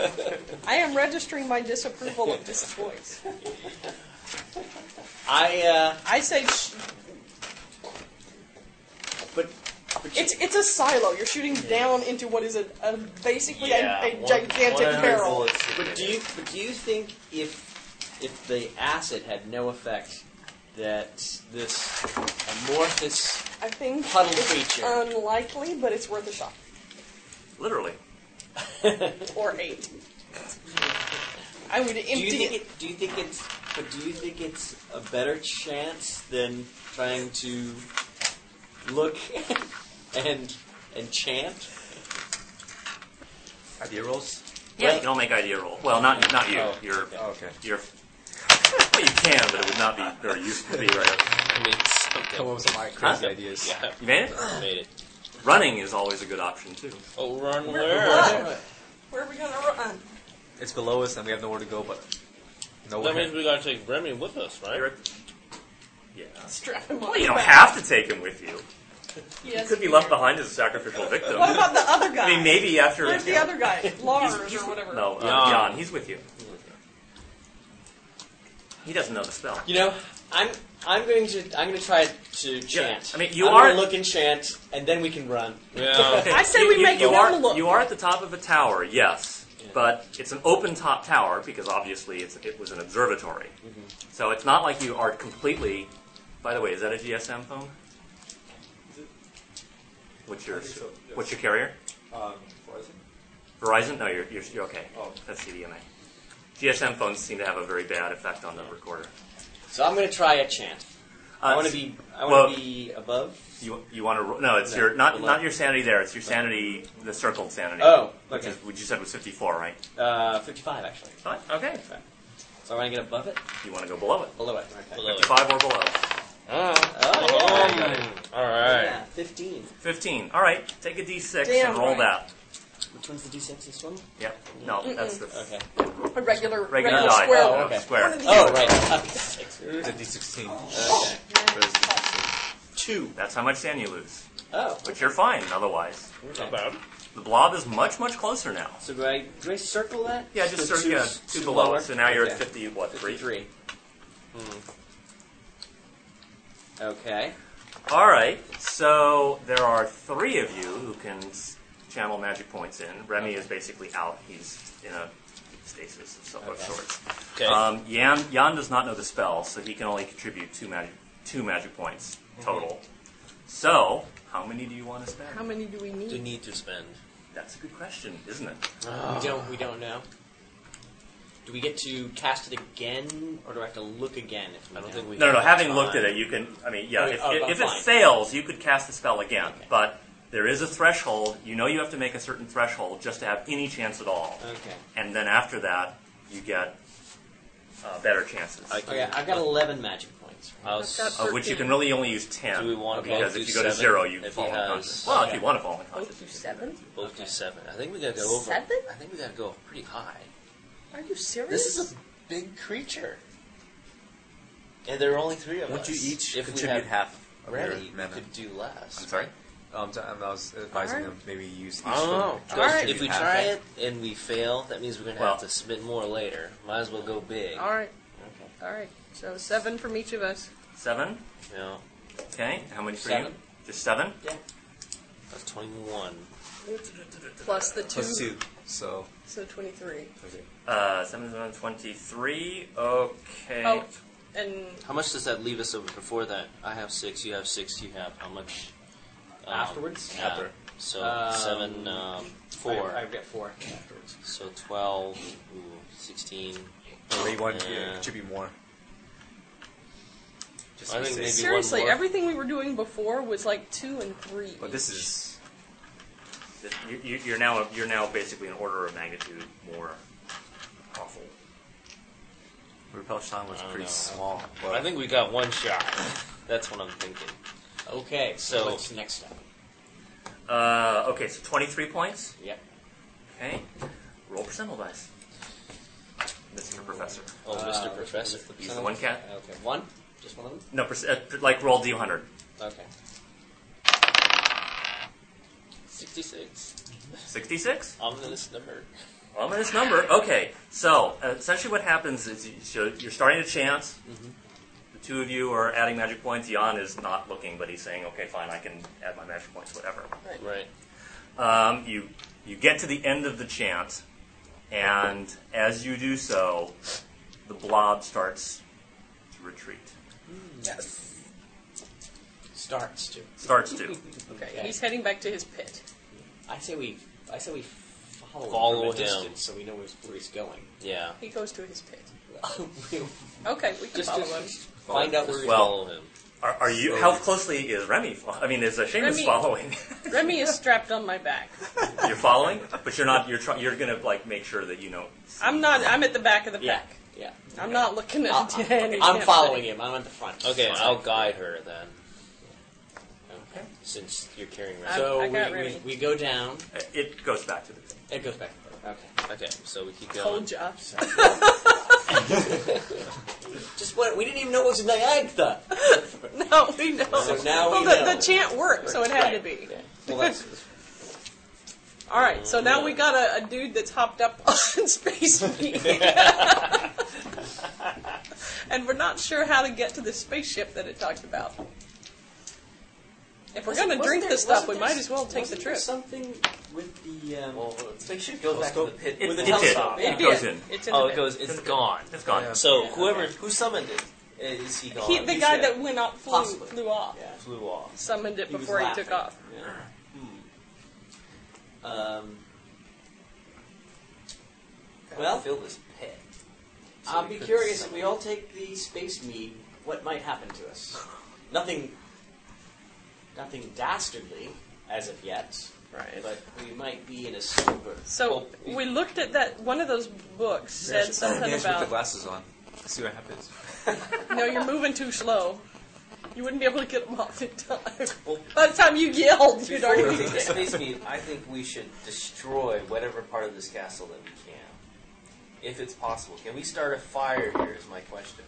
Speaker 3: I am registering my disapproval of this choice.
Speaker 5: I uh,
Speaker 3: I say sh-
Speaker 5: but, but you-
Speaker 3: it's it's a silo. You're shooting down into what is a, a basically a-
Speaker 7: Yeah,
Speaker 3: a,
Speaker 7: one-
Speaker 3: gigantic
Speaker 7: one hundred
Speaker 3: barrel.
Speaker 7: bullets should
Speaker 5: But
Speaker 7: hit
Speaker 5: do
Speaker 7: it.
Speaker 5: you but do you think if if the acid had no effect that this amorphous
Speaker 3: I think
Speaker 5: Puddle
Speaker 3: it's
Speaker 5: feature.
Speaker 3: unlikely, but it's worth a shot
Speaker 2: Literally.
Speaker 3: or eight. I would empty
Speaker 5: do you think
Speaker 3: it.
Speaker 5: it, do you think it's but do you think it's a better chance than trying to look and and chant?
Speaker 8: Idea rolls.
Speaker 2: Yeah,
Speaker 5: Well-
Speaker 2: you don't make idea roll. Well, not not you.
Speaker 7: Oh,
Speaker 2: You're
Speaker 8: Oh, okay.
Speaker 2: you're. Well, you can, but it would not be very useful to be right.
Speaker 7: I mean, something.
Speaker 8: Come up with some like, crazy ideas.
Speaker 7: Yeah,
Speaker 2: You made it.
Speaker 7: made it.
Speaker 2: Running is always a good option too.
Speaker 7: Oh, run
Speaker 3: We're
Speaker 7: where?
Speaker 3: run. Where are we gonna run?
Speaker 8: It's below us, and we have nowhere to go but nowhere.
Speaker 7: That means we gotta take Remy with us, right?
Speaker 2: You're- Yeah.
Speaker 3: Strap him
Speaker 2: Well,
Speaker 3: on
Speaker 2: you don't
Speaker 3: back.
Speaker 2: have to take him with you.
Speaker 3: He
Speaker 2: He
Speaker 3: has
Speaker 2: could be
Speaker 3: fear.
Speaker 2: left behind as a sacrificial victim.
Speaker 3: What about the other guy?
Speaker 2: I mean, maybe after.
Speaker 3: Where's the
Speaker 2: yeah.
Speaker 3: other guy? Lars or whatever.
Speaker 2: No, uh,
Speaker 7: Jan.
Speaker 2: Jan. He's with you. He doesn't know the spell.
Speaker 5: You know, I'm I'm going to I'm going to try to chant.
Speaker 2: I mean, you
Speaker 5: I'm
Speaker 2: are-
Speaker 5: gonna look and chant, and then we can run.
Speaker 7: Yeah.
Speaker 3: I say we
Speaker 2: you,
Speaker 3: make
Speaker 2: you
Speaker 3: them
Speaker 2: are,
Speaker 3: look.
Speaker 2: You are at the top of a tower, yes, but it's an open top tower because obviously it's, it was an observatory.
Speaker 10: Mm-hmm.
Speaker 2: So it's not like you are completely. By the way, is that a GSM phone? What's your
Speaker 10: so, yes.
Speaker 2: What's your carrier?
Speaker 10: Um, Verizon?
Speaker 2: Verizon? No, you're you're, you're okay.
Speaker 10: Oh.
Speaker 2: That's CDMA. GSM phones seem to have a very bad effect on the recorder.
Speaker 5: So I'm going to try a chant. I
Speaker 2: Uh,
Speaker 5: want to be I
Speaker 2: well-
Speaker 5: want to be above.
Speaker 2: You, you want to no? It's
Speaker 5: No,
Speaker 2: your not
Speaker 5: below.
Speaker 2: not your sanity there. It's your sanity, the circled sanity.
Speaker 5: Oh,
Speaker 2: which
Speaker 5: okay.
Speaker 2: is which you said was fifty four, right?
Speaker 5: Uh, 55 actually.
Speaker 2: Fine. Okay.
Speaker 5: So I want to get above it,
Speaker 2: You want to go below it?
Speaker 5: below it. Okay.
Speaker 7: Below
Speaker 2: Fifty five or below.
Speaker 7: Ah.
Speaker 5: Oh yeah.
Speaker 7: Um, all
Speaker 5: Yeah,
Speaker 7: right.
Speaker 5: 15.
Speaker 2: 15. All right, take a d6
Speaker 3: Damn
Speaker 2: and roll
Speaker 3: right.
Speaker 2: that.
Speaker 5: Which one's the d6? This one?
Speaker 2: Yep. No, that's the
Speaker 5: Okay.
Speaker 3: a regular, regular,
Speaker 2: regular die.
Speaker 3: square.
Speaker 5: Oh,
Speaker 2: No,
Speaker 5: okay.
Speaker 3: One
Speaker 2: Square.
Speaker 3: of these.
Speaker 5: Oh right. d6.
Speaker 8: It's a D16.
Speaker 7: Oh,
Speaker 5: Okay.
Speaker 8: There's a D16.
Speaker 5: Two.
Speaker 2: That's how much sand you lose.
Speaker 5: Oh.
Speaker 2: But you're fine otherwise.
Speaker 7: Not
Speaker 5: Okay.
Speaker 7: bad.
Speaker 2: The blob is much, much closer now.
Speaker 5: So do I do I circle that?
Speaker 2: Yeah, just
Speaker 5: So
Speaker 2: circle yeah,
Speaker 5: two's-
Speaker 2: two below
Speaker 5: lower?
Speaker 2: it. So now you're at
Speaker 5: Okay.
Speaker 2: 50, what, 3?
Speaker 5: Fifty-three. Hmm. Okay.
Speaker 2: All right, so there are three of you who can s- channel magic points in. Remy is basically out. He's in a stasis of some of
Speaker 5: Okay.
Speaker 2: sorts.
Speaker 7: Okay.
Speaker 2: Um, Jan, Jan does not know the spell, so he can only contribute two magic, two magic points total. So, how many do you want to spend?
Speaker 3: How many do we
Speaker 7: Do
Speaker 3: need?
Speaker 7: need to spend.
Speaker 2: That's a good question, isn't it?
Speaker 7: oh.
Speaker 5: We don't we don't know. Do we get to cast it again, or do I have to look again? If we
Speaker 7: I don't think we.
Speaker 2: No, no, no.
Speaker 7: have
Speaker 2: Having
Speaker 7: time.
Speaker 2: looked at it, you can. I mean, yeah.
Speaker 5: Okay,
Speaker 2: If,
Speaker 5: oh,
Speaker 2: if, if it
Speaker 5: fine.
Speaker 2: fails, you could cast the spell again.
Speaker 5: Okay.
Speaker 2: But there is a threshold. You know, you have to make a certain threshold just to have any chance at all.
Speaker 5: Okay.
Speaker 2: And then after that, you get uh, better chances.
Speaker 7: I
Speaker 5: Okay.
Speaker 7: can.
Speaker 5: I've got 11 magic points.
Speaker 3: I've
Speaker 7: I'll
Speaker 3: got
Speaker 7: s-
Speaker 2: of Oh, which you can really only use ten.
Speaker 7: Do we wanna
Speaker 2: because
Speaker 7: both
Speaker 2: if
Speaker 7: do
Speaker 2: you go to
Speaker 7: seven
Speaker 2: zero, you
Speaker 7: if
Speaker 2: fall
Speaker 7: he has-
Speaker 2: unconscious. Well, if
Speaker 5: Okay.
Speaker 2: you want to fall
Speaker 3: Both
Speaker 2: unconscious.
Speaker 3: do seven?
Speaker 7: both do
Speaker 5: Okay.
Speaker 7: seven. I think we gotta go over.
Speaker 3: Seven?
Speaker 7: I think we gotta go pretty high.
Speaker 3: Are you serious?
Speaker 7: This is a big creature. And there are only three of
Speaker 8: Won't
Speaker 7: us.
Speaker 8: you each
Speaker 7: if we
Speaker 8: contribute
Speaker 7: have
Speaker 8: half of your
Speaker 7: ready, we
Speaker 8: mana?
Speaker 7: could do less.
Speaker 2: I'm sorry.
Speaker 8: Um, so, um, I was advising
Speaker 3: Alright.
Speaker 8: them maybe use each
Speaker 7: I don't
Speaker 8: one.
Speaker 7: know.
Speaker 8: Just
Speaker 3: Alright.
Speaker 7: Oh, If we
Speaker 8: half
Speaker 7: try
Speaker 8: it.
Speaker 7: it and we fail, that means we're gonna
Speaker 2: Well-
Speaker 7: have to submit more later. Might as well go big.
Speaker 3: All right. All right. So seven from each of us.
Speaker 2: Seven.
Speaker 7: You know,
Speaker 2: Okay. How many for you?
Speaker 5: Seven.
Speaker 2: Just seven.
Speaker 7: that's twenty-one.
Speaker 3: Plus the two.
Speaker 8: Plus two. So
Speaker 3: So 23.
Speaker 2: Uh, seven, seven, twenty-three. Okay.
Speaker 3: Oh, and
Speaker 7: How much does that leave us over before that? I have six. You have six. You have how much? um,
Speaker 5: Afterwards?
Speaker 7: yeah.
Speaker 5: After.
Speaker 7: So
Speaker 5: Um,
Speaker 7: seven, um, four.
Speaker 5: I, I've got four afterwards.
Speaker 7: so twelve. Ooh, sixteen.
Speaker 8: or maybe one yeah.
Speaker 7: Yeah.
Speaker 8: contribute more. Just
Speaker 7: I
Speaker 8: for
Speaker 7: think
Speaker 8: sake.
Speaker 7: maybe-
Speaker 3: seriously,
Speaker 7: more.
Speaker 3: everything we were doing before was like two and three.
Speaker 8: But this is
Speaker 2: that you, you, you're now you're now basically an order of magnitude more awful.
Speaker 8: Repel Shine was
Speaker 7: I don't
Speaker 8: pretty
Speaker 7: know.
Speaker 8: small. But
Speaker 7: I think we got one shot. That's what I'm thinking.
Speaker 5: Okay, so
Speaker 7: So-
Speaker 5: what's next up?
Speaker 2: Uh, okay, so 23 points.
Speaker 5: Yep.
Speaker 2: Okay, roll percentile dice, Mr. Professor.
Speaker 7: Oh, Mr. Professor.
Speaker 2: He's the one cat.
Speaker 5: Okay, one? Just one of them?
Speaker 2: No, perc- uh, like roll d100.
Speaker 5: Okay. 66.
Speaker 2: 66.
Speaker 7: Ominous number.
Speaker 2: Well, this number. Okay, so uh, essentially what happens is you, so you're starting to chance. The two of you are adding magic points. Jan is not looking, but he's saying, "Okay, fine, I can add my magic points, whatever."
Speaker 7: Right.
Speaker 2: Um, you you get to the end of the chant, and as you do so, the blob starts to retreat.
Speaker 3: Yes.
Speaker 5: Starts to.
Speaker 2: Starts to.
Speaker 3: Okay,
Speaker 5: Okay.
Speaker 3: he's heading back to his pit.
Speaker 5: I say we. I say we follow, him
Speaker 7: Follow
Speaker 5: from a
Speaker 7: him.
Speaker 5: distance so we know where where he's going.
Speaker 7: Yeah.
Speaker 3: He goes to his pit.
Speaker 5: We'll
Speaker 3: Okay, we can
Speaker 5: just
Speaker 3: follow
Speaker 5: to
Speaker 3: him.
Speaker 5: find out where.
Speaker 7: Just
Speaker 5: he's
Speaker 7: follow him.
Speaker 2: Are, are you? How closely is Remy? fo- I mean, is uh, Seamus
Speaker 3: Remy-
Speaker 2: following?
Speaker 3: Remy is strapped on my back.
Speaker 2: you're following, but you're not. You're try, you're gonna like make sure that you know.
Speaker 3: I'm not. I'm at the back of the
Speaker 2: Yeah.
Speaker 3: pack.
Speaker 5: Yeah.
Speaker 3: I'm not looking at
Speaker 5: I'll-
Speaker 3: any.
Speaker 5: Uh, I'm
Speaker 3: damn
Speaker 5: following
Speaker 3: thing.
Speaker 5: him. I'm at the front.
Speaker 7: Okay,
Speaker 5: Fine.
Speaker 7: I'll guide her then,
Speaker 5: Okay.
Speaker 7: since you're carrying
Speaker 3: I-
Speaker 7: around.
Speaker 5: So
Speaker 3: I got
Speaker 5: we,
Speaker 3: Remy.
Speaker 5: we, we go down.
Speaker 2: It goes back to the. thing.
Speaker 5: It goes back. Okay.
Speaker 7: Okay, so we keep going.
Speaker 3: Told ya.
Speaker 5: Just what we didn't even know it was Niagara.
Speaker 3: No, we know.
Speaker 5: So now
Speaker 3: well,
Speaker 5: we
Speaker 3: the,
Speaker 5: know.
Speaker 3: the chant worked, so it had to be.
Speaker 5: Yeah.
Speaker 8: well, that's,
Speaker 3: All right, so now we got a, a dude that's hopped up on space meat. and we're not sure how to get to the spaceship that it talked about. If we're
Speaker 5: Wasn't-
Speaker 3: going to
Speaker 5: wasn't
Speaker 3: drink
Speaker 5: there-
Speaker 3: this stuff,
Speaker 5: wasn't
Speaker 3: we
Speaker 5: there
Speaker 3: might as well take the
Speaker 5: wasn't there
Speaker 3: trip.
Speaker 5: Something with the um,
Speaker 8: well,
Speaker 5: spaceship goes back to the pit.
Speaker 2: It,
Speaker 5: with
Speaker 2: it
Speaker 5: the
Speaker 2: did.
Speaker 5: telescope.
Speaker 2: It
Speaker 5: Yeah.
Speaker 2: goes
Speaker 3: did.
Speaker 2: in.
Speaker 3: It's in
Speaker 7: Oh,
Speaker 3: the
Speaker 7: it goes. It's gone.
Speaker 2: It's gone.
Speaker 8: Yeah.
Speaker 7: So whoever
Speaker 8: who summoned it? Is he
Speaker 3: bed.
Speaker 8: gone?
Speaker 3: He, the
Speaker 5: Oh,
Speaker 8: He's
Speaker 3: guy
Speaker 8: dead.
Speaker 3: that went up flew,
Speaker 5: Possibly.
Speaker 3: flew off.
Speaker 5: Yeah.
Speaker 8: flew off.
Speaker 3: Summoned it
Speaker 5: He was
Speaker 3: before he took off.
Speaker 5: laughing. Yeah. Um,
Speaker 8: Well,
Speaker 5: Well-
Speaker 8: fill this pit. So
Speaker 5: I'll
Speaker 8: we
Speaker 5: be
Speaker 8: could
Speaker 5: curious if
Speaker 8: summon-
Speaker 5: we all take the space mead. What might happen to us? Nothing. Nothing dastardly as of yet,
Speaker 3: Right.
Speaker 5: but we might be in a silver.
Speaker 3: So
Speaker 8: Well,
Speaker 3: we looked at that. One of those books said
Speaker 8: Dance-
Speaker 3: something
Speaker 8: dance with the
Speaker 3: about
Speaker 8: glasses on. See what happens.
Speaker 3: no, you're moving too slow. You wouldn't be able to get them off in time.
Speaker 8: Well-
Speaker 3: By the time you yelled, you'd
Speaker 8: Before we
Speaker 3: already
Speaker 8: take
Speaker 3: be
Speaker 8: the
Speaker 3: dead.
Speaker 8: space meat, I think we should destroy whatever part of this castle that we can, if it's possible. Can we start a fire here? Is my question.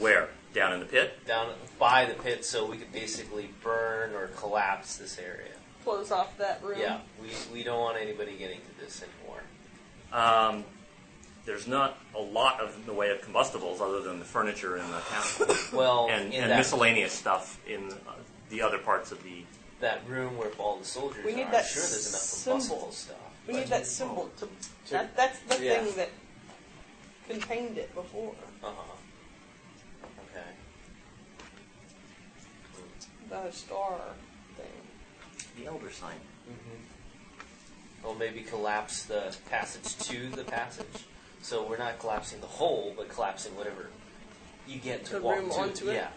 Speaker 2: Where? Down in the pit?
Speaker 8: Down by the pit, so we could basically burn or collapse this area.
Speaker 3: Close off that room.
Speaker 8: Yeah, we, we don't want anybody getting to this anymore.
Speaker 2: Um, there's not a lot of in the way of combustibles other than the furniture in the castle
Speaker 8: Well,
Speaker 2: and,
Speaker 8: in
Speaker 2: and
Speaker 8: that,
Speaker 2: miscellaneous stuff in uh, the other parts of the.
Speaker 8: that room where all the soldiers
Speaker 3: We need
Speaker 8: are,
Speaker 3: that
Speaker 8: I'm sure there's enough
Speaker 3: symbol.
Speaker 8: combustible stuff.
Speaker 3: We
Speaker 8: but-
Speaker 3: need that symbol to.
Speaker 5: To-
Speaker 3: That, that's the
Speaker 8: yeah.
Speaker 3: thing that contained it before.
Speaker 8: Uh-huh. Okay.
Speaker 3: The star thing.
Speaker 2: The Elder Sign.
Speaker 3: Mm-hmm.
Speaker 8: Or maybe collapse the passage to the passage. So we're not collapsing the whole, but collapsing whatever you get to
Speaker 3: The
Speaker 8: walk
Speaker 3: room
Speaker 8: to.
Speaker 3: onto it?
Speaker 8: Yeah.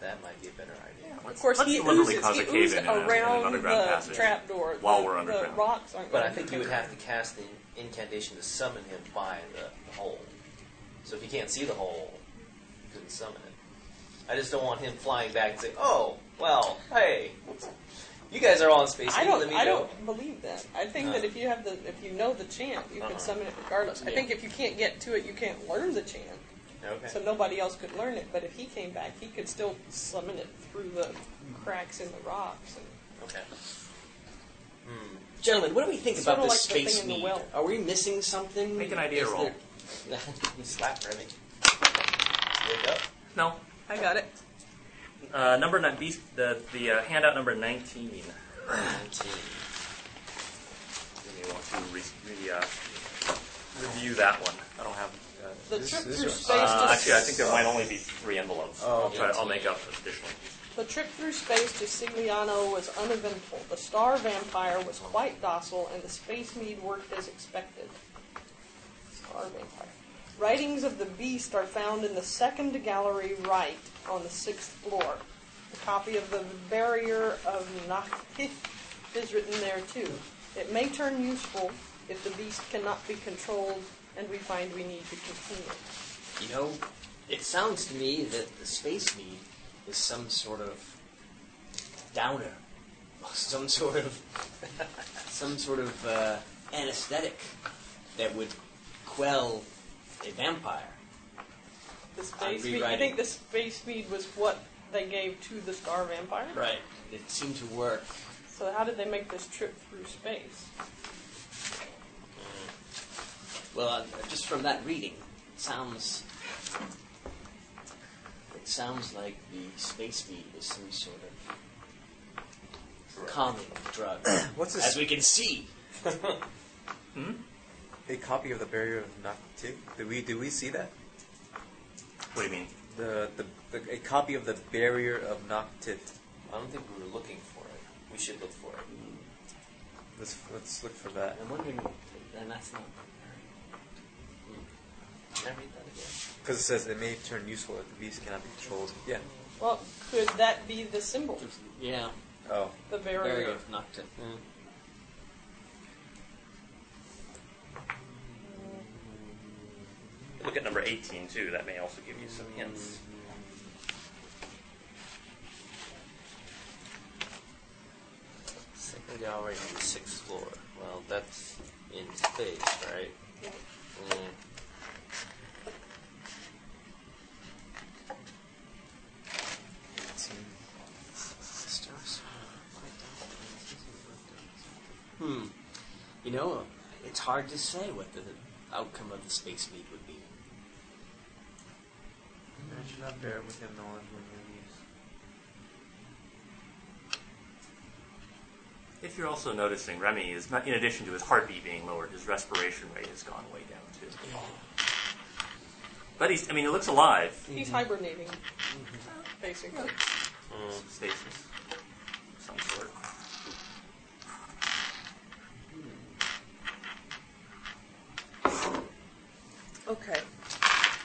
Speaker 8: That might be a better idea.
Speaker 3: Of course,
Speaker 2: let's
Speaker 3: he
Speaker 2: deliberately
Speaker 3: oozes,
Speaker 2: cause
Speaker 3: he
Speaker 2: a cave-in
Speaker 3: oozed
Speaker 2: in a- in an
Speaker 3: around
Speaker 2: underground
Speaker 3: the
Speaker 2: passage
Speaker 3: trapdoor.
Speaker 2: while
Speaker 3: the,
Speaker 2: we're
Speaker 3: The
Speaker 2: underground.
Speaker 3: rocks aren't
Speaker 8: But I
Speaker 3: gonna
Speaker 8: think
Speaker 3: be
Speaker 8: you would
Speaker 3: covered.
Speaker 8: have to cast the incantation to summon him by the, the hole. So if you can't see the hole, you couldn't summon it. I just don't want him flying back and saying, "Oh, well, hey, you guys are all in space.
Speaker 3: I
Speaker 8: Let
Speaker 3: don't.
Speaker 8: me
Speaker 3: I
Speaker 8: go."
Speaker 3: don't believe that. I think that if you have the, if you know the chant, you
Speaker 8: Uh-uh.
Speaker 3: can summon it regardless. I
Speaker 5: Yeah.
Speaker 3: think if you can't get to it, you can't learn the chant,
Speaker 8: Okay.
Speaker 3: so nobody else could learn it. But if he came back, he could still summon it through the cracks in the rocks. And
Speaker 8: okay. Hmm.
Speaker 5: Gentlemen, what do we think
Speaker 3: It's
Speaker 5: about
Speaker 3: sorta
Speaker 5: this
Speaker 3: like the thing
Speaker 5: space
Speaker 3: in the
Speaker 5: mead?
Speaker 3: well.
Speaker 5: Are we missing something?
Speaker 2: Make an idea
Speaker 5: Is
Speaker 2: roll.
Speaker 5: there-
Speaker 8: You slap Remy. Wake up.
Speaker 2: No.
Speaker 3: I got it.
Speaker 2: Uh, number nine, beast, the, the uh, handout number 19.
Speaker 8: 19.
Speaker 2: You may want to re- re- uh, review that one.
Speaker 8: I don't have.
Speaker 3: The
Speaker 8: This-
Speaker 3: trip
Speaker 8: this
Speaker 3: through
Speaker 8: one.
Speaker 3: space.
Speaker 2: Uh,
Speaker 3: to
Speaker 2: actually, I think there might only be three envelopes.
Speaker 8: Oh,
Speaker 2: I'll, try, I'll make up additionally.
Speaker 3: The trip through space to Sigliano was uneventful. The star vampire was quite docile, and the space mead worked as expected. Star vampire. Writings of the beast are found in the second gallery right on the sixth floor. The copy of the Barrier of Nachtith is written there too. It may turn useful if the beast cannot be controlled and we find we need to continue.
Speaker 5: You know, it sounds to me that the space need is some sort of downer, some sort of some sort of uh, anesthetic that would quell a vampire.
Speaker 3: The space mead, you
Speaker 5: rewriting.
Speaker 3: think the space mead was what they gave to the star vampire?
Speaker 5: Right. It seemed to work.
Speaker 3: So how did they make this trip through space?
Speaker 5: Well, uh, just from that reading, it sounds it sounds like the space mead is some sort of calming drug.
Speaker 4: What's
Speaker 5: As
Speaker 4: this?
Speaker 5: we can see,
Speaker 4: A copy of the Barrier of Noctu? Did we did we see that?
Speaker 2: What do you mean?
Speaker 4: The, the, the a copy of the Barrier of Noctit.
Speaker 7: I don't think we were looking for it. We should look for it.
Speaker 4: Let's let's look for that.
Speaker 5: I'm wondering, and that's not.
Speaker 7: Hmm. Can I read that again?
Speaker 4: Because it says it may turn useful if the beast cannot be controlled. Yeah.
Speaker 3: Well, could that be the symbol?
Speaker 5: Yeah,
Speaker 4: Oh.
Speaker 3: The barrier.
Speaker 5: very of Nocta.
Speaker 7: Mm-hmm.
Speaker 11: Mm-hmm.
Speaker 2: Look at number 18 too. That may also give you some
Speaker 5: Mm-hmm.
Speaker 2: hints.
Speaker 7: Second gallery on the sixth floor. Well, that's in space, right? Mm.
Speaker 5: Hmm. You know, it's hard to say what the outcome of the space meet would be.
Speaker 4: Imagine not bear with him knowledge when you leave.
Speaker 2: If you're also noticing, Remy is not, in addition to his heartbeat being lower, his respiration rate has gone way down too. But he's, I mean, he looks alive.
Speaker 3: He's
Speaker 4: Mm-hmm.
Speaker 3: hibernating, basically.
Speaker 2: Stasis. of Some sort.
Speaker 11: Okay.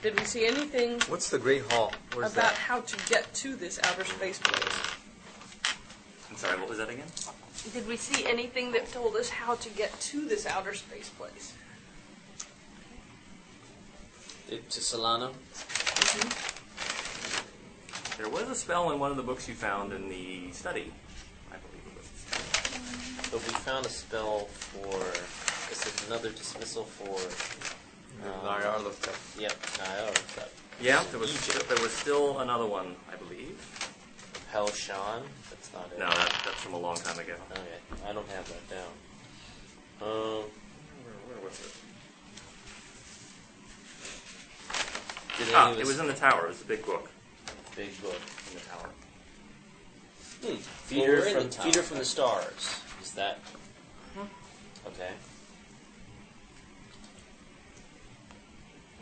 Speaker 11: Did we see anything
Speaker 4: What's the Great Hall? Where's
Speaker 11: about
Speaker 4: that?
Speaker 11: how to get to this outer space place?
Speaker 2: I'm sorry, what was that again?
Speaker 11: Did we see anything that told us how to get to this outer space place?
Speaker 5: It, to Solano?
Speaker 4: Mm-hmm.
Speaker 2: There was a spell in one of the books you found in the study. I believe it was. the study.
Speaker 7: But we found a spell for. This is another dismissal for. Um,
Speaker 4: Nayar looked up.
Speaker 7: yep, Nyar. but
Speaker 2: Yeah, there was, there was still another one, I believe.
Speaker 7: Pelshan? That's not it.
Speaker 2: No, that, that's from a long time ago.
Speaker 7: Okay, I don't have that down. Um,
Speaker 4: Where, where was it?
Speaker 7: did
Speaker 2: Ah,
Speaker 7: any of
Speaker 2: it
Speaker 7: us-
Speaker 2: was in the tower. It was a big book
Speaker 7: big book.
Speaker 2: in the tower.
Speaker 7: Feeder
Speaker 5: we're in
Speaker 7: from
Speaker 5: the
Speaker 7: Feeder
Speaker 5: tower.
Speaker 7: from the Uh-huh. Stars. Is that okay?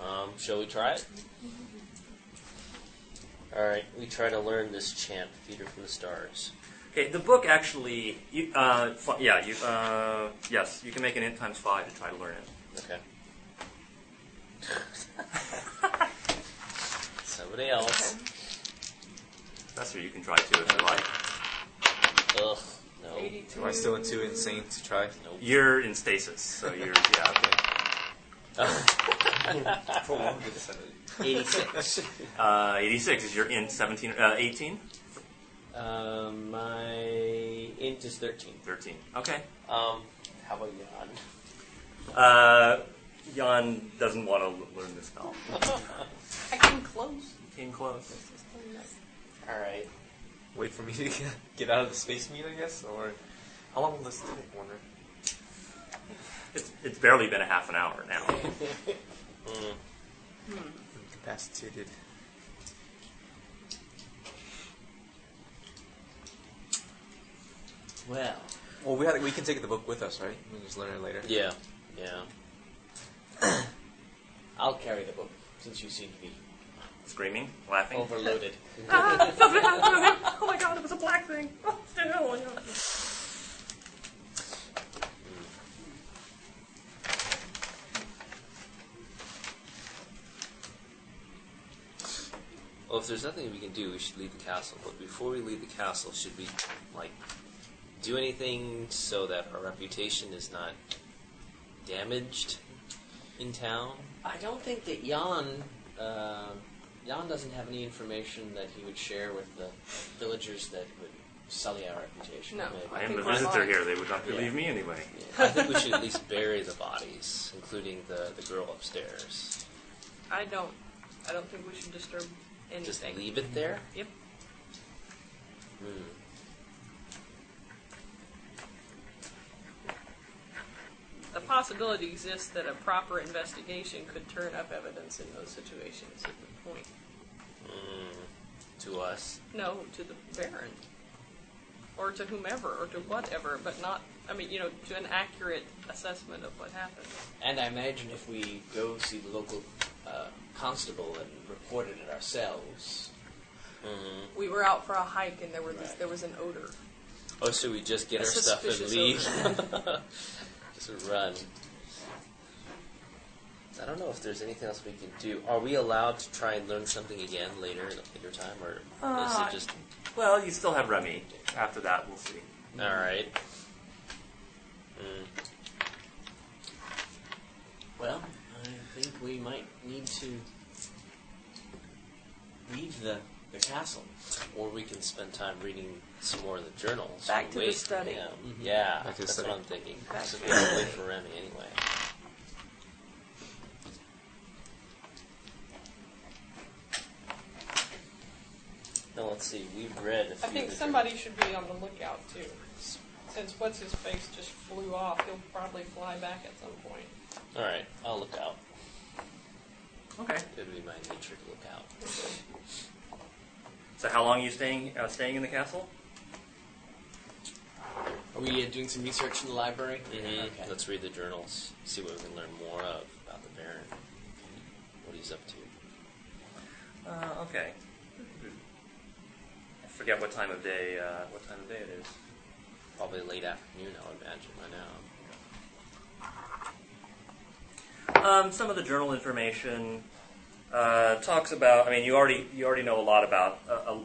Speaker 7: Um, shall we try it? All right, we try to learn this chant, Feeder from the Stars.
Speaker 2: Okay, the book actually. You, uh, fi- yeah, you. Uh, yes, you can make an int times five to try to learn it.
Speaker 7: Okay. Somebody else.
Speaker 2: That's what you can try too if you like.
Speaker 7: Ugh, no.
Speaker 3: 82.
Speaker 4: Oh, Am I still too insane to try?
Speaker 7: Nope.
Speaker 2: You're in stasis, so you're yeah. Okay.
Speaker 4: Prolonged insanity.
Speaker 5: 86.
Speaker 2: Uh, 86 is your int 17, uh, 18,
Speaker 7: Um, my int is thirteen.
Speaker 2: 13. Okay.
Speaker 7: Um, how about Jan?
Speaker 2: Uh, Jan doesn't want to learn this spell.
Speaker 3: I can close.
Speaker 2: Came close.
Speaker 7: All right.
Speaker 4: Wait for me to get, get out of the space meet, I guess, or how long will this take? I wonder.
Speaker 2: It's, it's barely been a half an hour now.
Speaker 4: Incapacitated.
Speaker 5: well,
Speaker 4: Well, we had, we can take the book with us, right? We can just learn it later.
Speaker 7: Yeah. Yeah.
Speaker 5: I'll carry the book since you seem to be
Speaker 2: Screaming, laughing.
Speaker 5: overloaded.
Speaker 11: Oh my god, it was a black thing!
Speaker 7: Well, if there's nothing we can do, we should leave the castle. But before we leave the castle, should we like do anything so that our reputation is not damaged in town?
Speaker 9: I don't think that Jan, uh, Jan doesn't have any information that he would share with the villagers that would sully our reputation.
Speaker 3: No.
Speaker 9: maybe.
Speaker 2: I am
Speaker 3: think
Speaker 2: the
Speaker 3: we're
Speaker 2: visitor
Speaker 3: locked.
Speaker 2: here. They would not
Speaker 9: Yeah.
Speaker 2: believe me anyway.
Speaker 7: I think we should at least bury the bodies, including the, the girl upstairs.
Speaker 10: I don't. I don't think we should disturb anything.
Speaker 7: Just leave it there.
Speaker 10: Yep.
Speaker 7: Hmm.
Speaker 10: The possibility exists that a proper investigation could turn up evidence in those situations at the point.
Speaker 7: To us,
Speaker 10: No, to the Baron. Or to whomever, or to whatever, but not, I mean, you know, to an accurate assessment of what happened.
Speaker 5: And I imagine if we go see the local uh, constable and reported it ourselves,
Speaker 10: We were out for a hike and there were this,
Speaker 5: Right.
Speaker 10: there was an odor.
Speaker 7: Oh, should we just get
Speaker 10: A
Speaker 7: our stuff and
Speaker 10: suspicious
Speaker 7: leave? just run. I don't know if there's anything else we can do. Are we allowed to try and learn something again later in a later time, or
Speaker 2: Uh,
Speaker 7: is it just
Speaker 2: Well, you still have Remy. After that, we'll see.
Speaker 7: all right? Mm.
Speaker 5: well, I think we might need to leave the, the castle.
Speaker 7: Or we can spend time reading some more of the journals.
Speaker 10: Back
Speaker 7: and
Speaker 10: to the
Speaker 7: wait.
Speaker 10: study.
Speaker 7: Yeah, yeah
Speaker 4: Mm-hmm. Back to the
Speaker 7: that's
Speaker 4: study.
Speaker 7: what I'm thinking.
Speaker 10: Back
Speaker 7: So
Speaker 10: to
Speaker 7: we have to wait for Remy anyway. Now let's see. We've read. A few
Speaker 3: I think
Speaker 7: of the
Speaker 3: somebody should be on the lookout too. Since what's his face just flew off, he'll probably fly back at some point.
Speaker 7: journals. All right, I'll look out.
Speaker 2: Okay.
Speaker 7: It'll be my nature to look out.
Speaker 2: So, how long are you staying uh, staying in the castle?
Speaker 5: Are we uh, doing some research in the library?
Speaker 7: Mhm,
Speaker 5: Okay.
Speaker 7: Let's read the journals. See what we can learn more of about the Baron. What he's up to.
Speaker 2: Uh, okay. I forget what time of day uh, what time of day it is.
Speaker 7: Probably late afternoon, I would imagine by now.
Speaker 2: Um, some of the journal information uh, talks about. I mean, you already you already know a lot about uh, uh,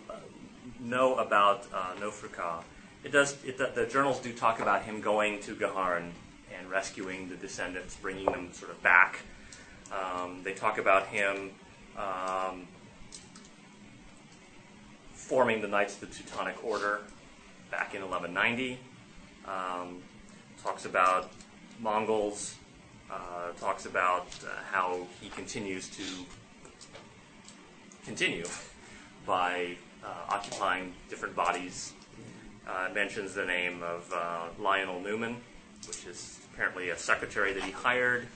Speaker 2: know about uh, Nofrika. It does. It, the, the journals do talk about him going to Gaharn and rescuing the descendants, bringing them sort of back. Um, they talk about him um, forming the Knights of the Teutonic Order back in 1190. Um, talks about Mongols uh, talks about uh, how he continues to continue by uh, occupying different bodies. Uh, mentions the name of uh, Lionel Newman, which is apparently a secretary that he hired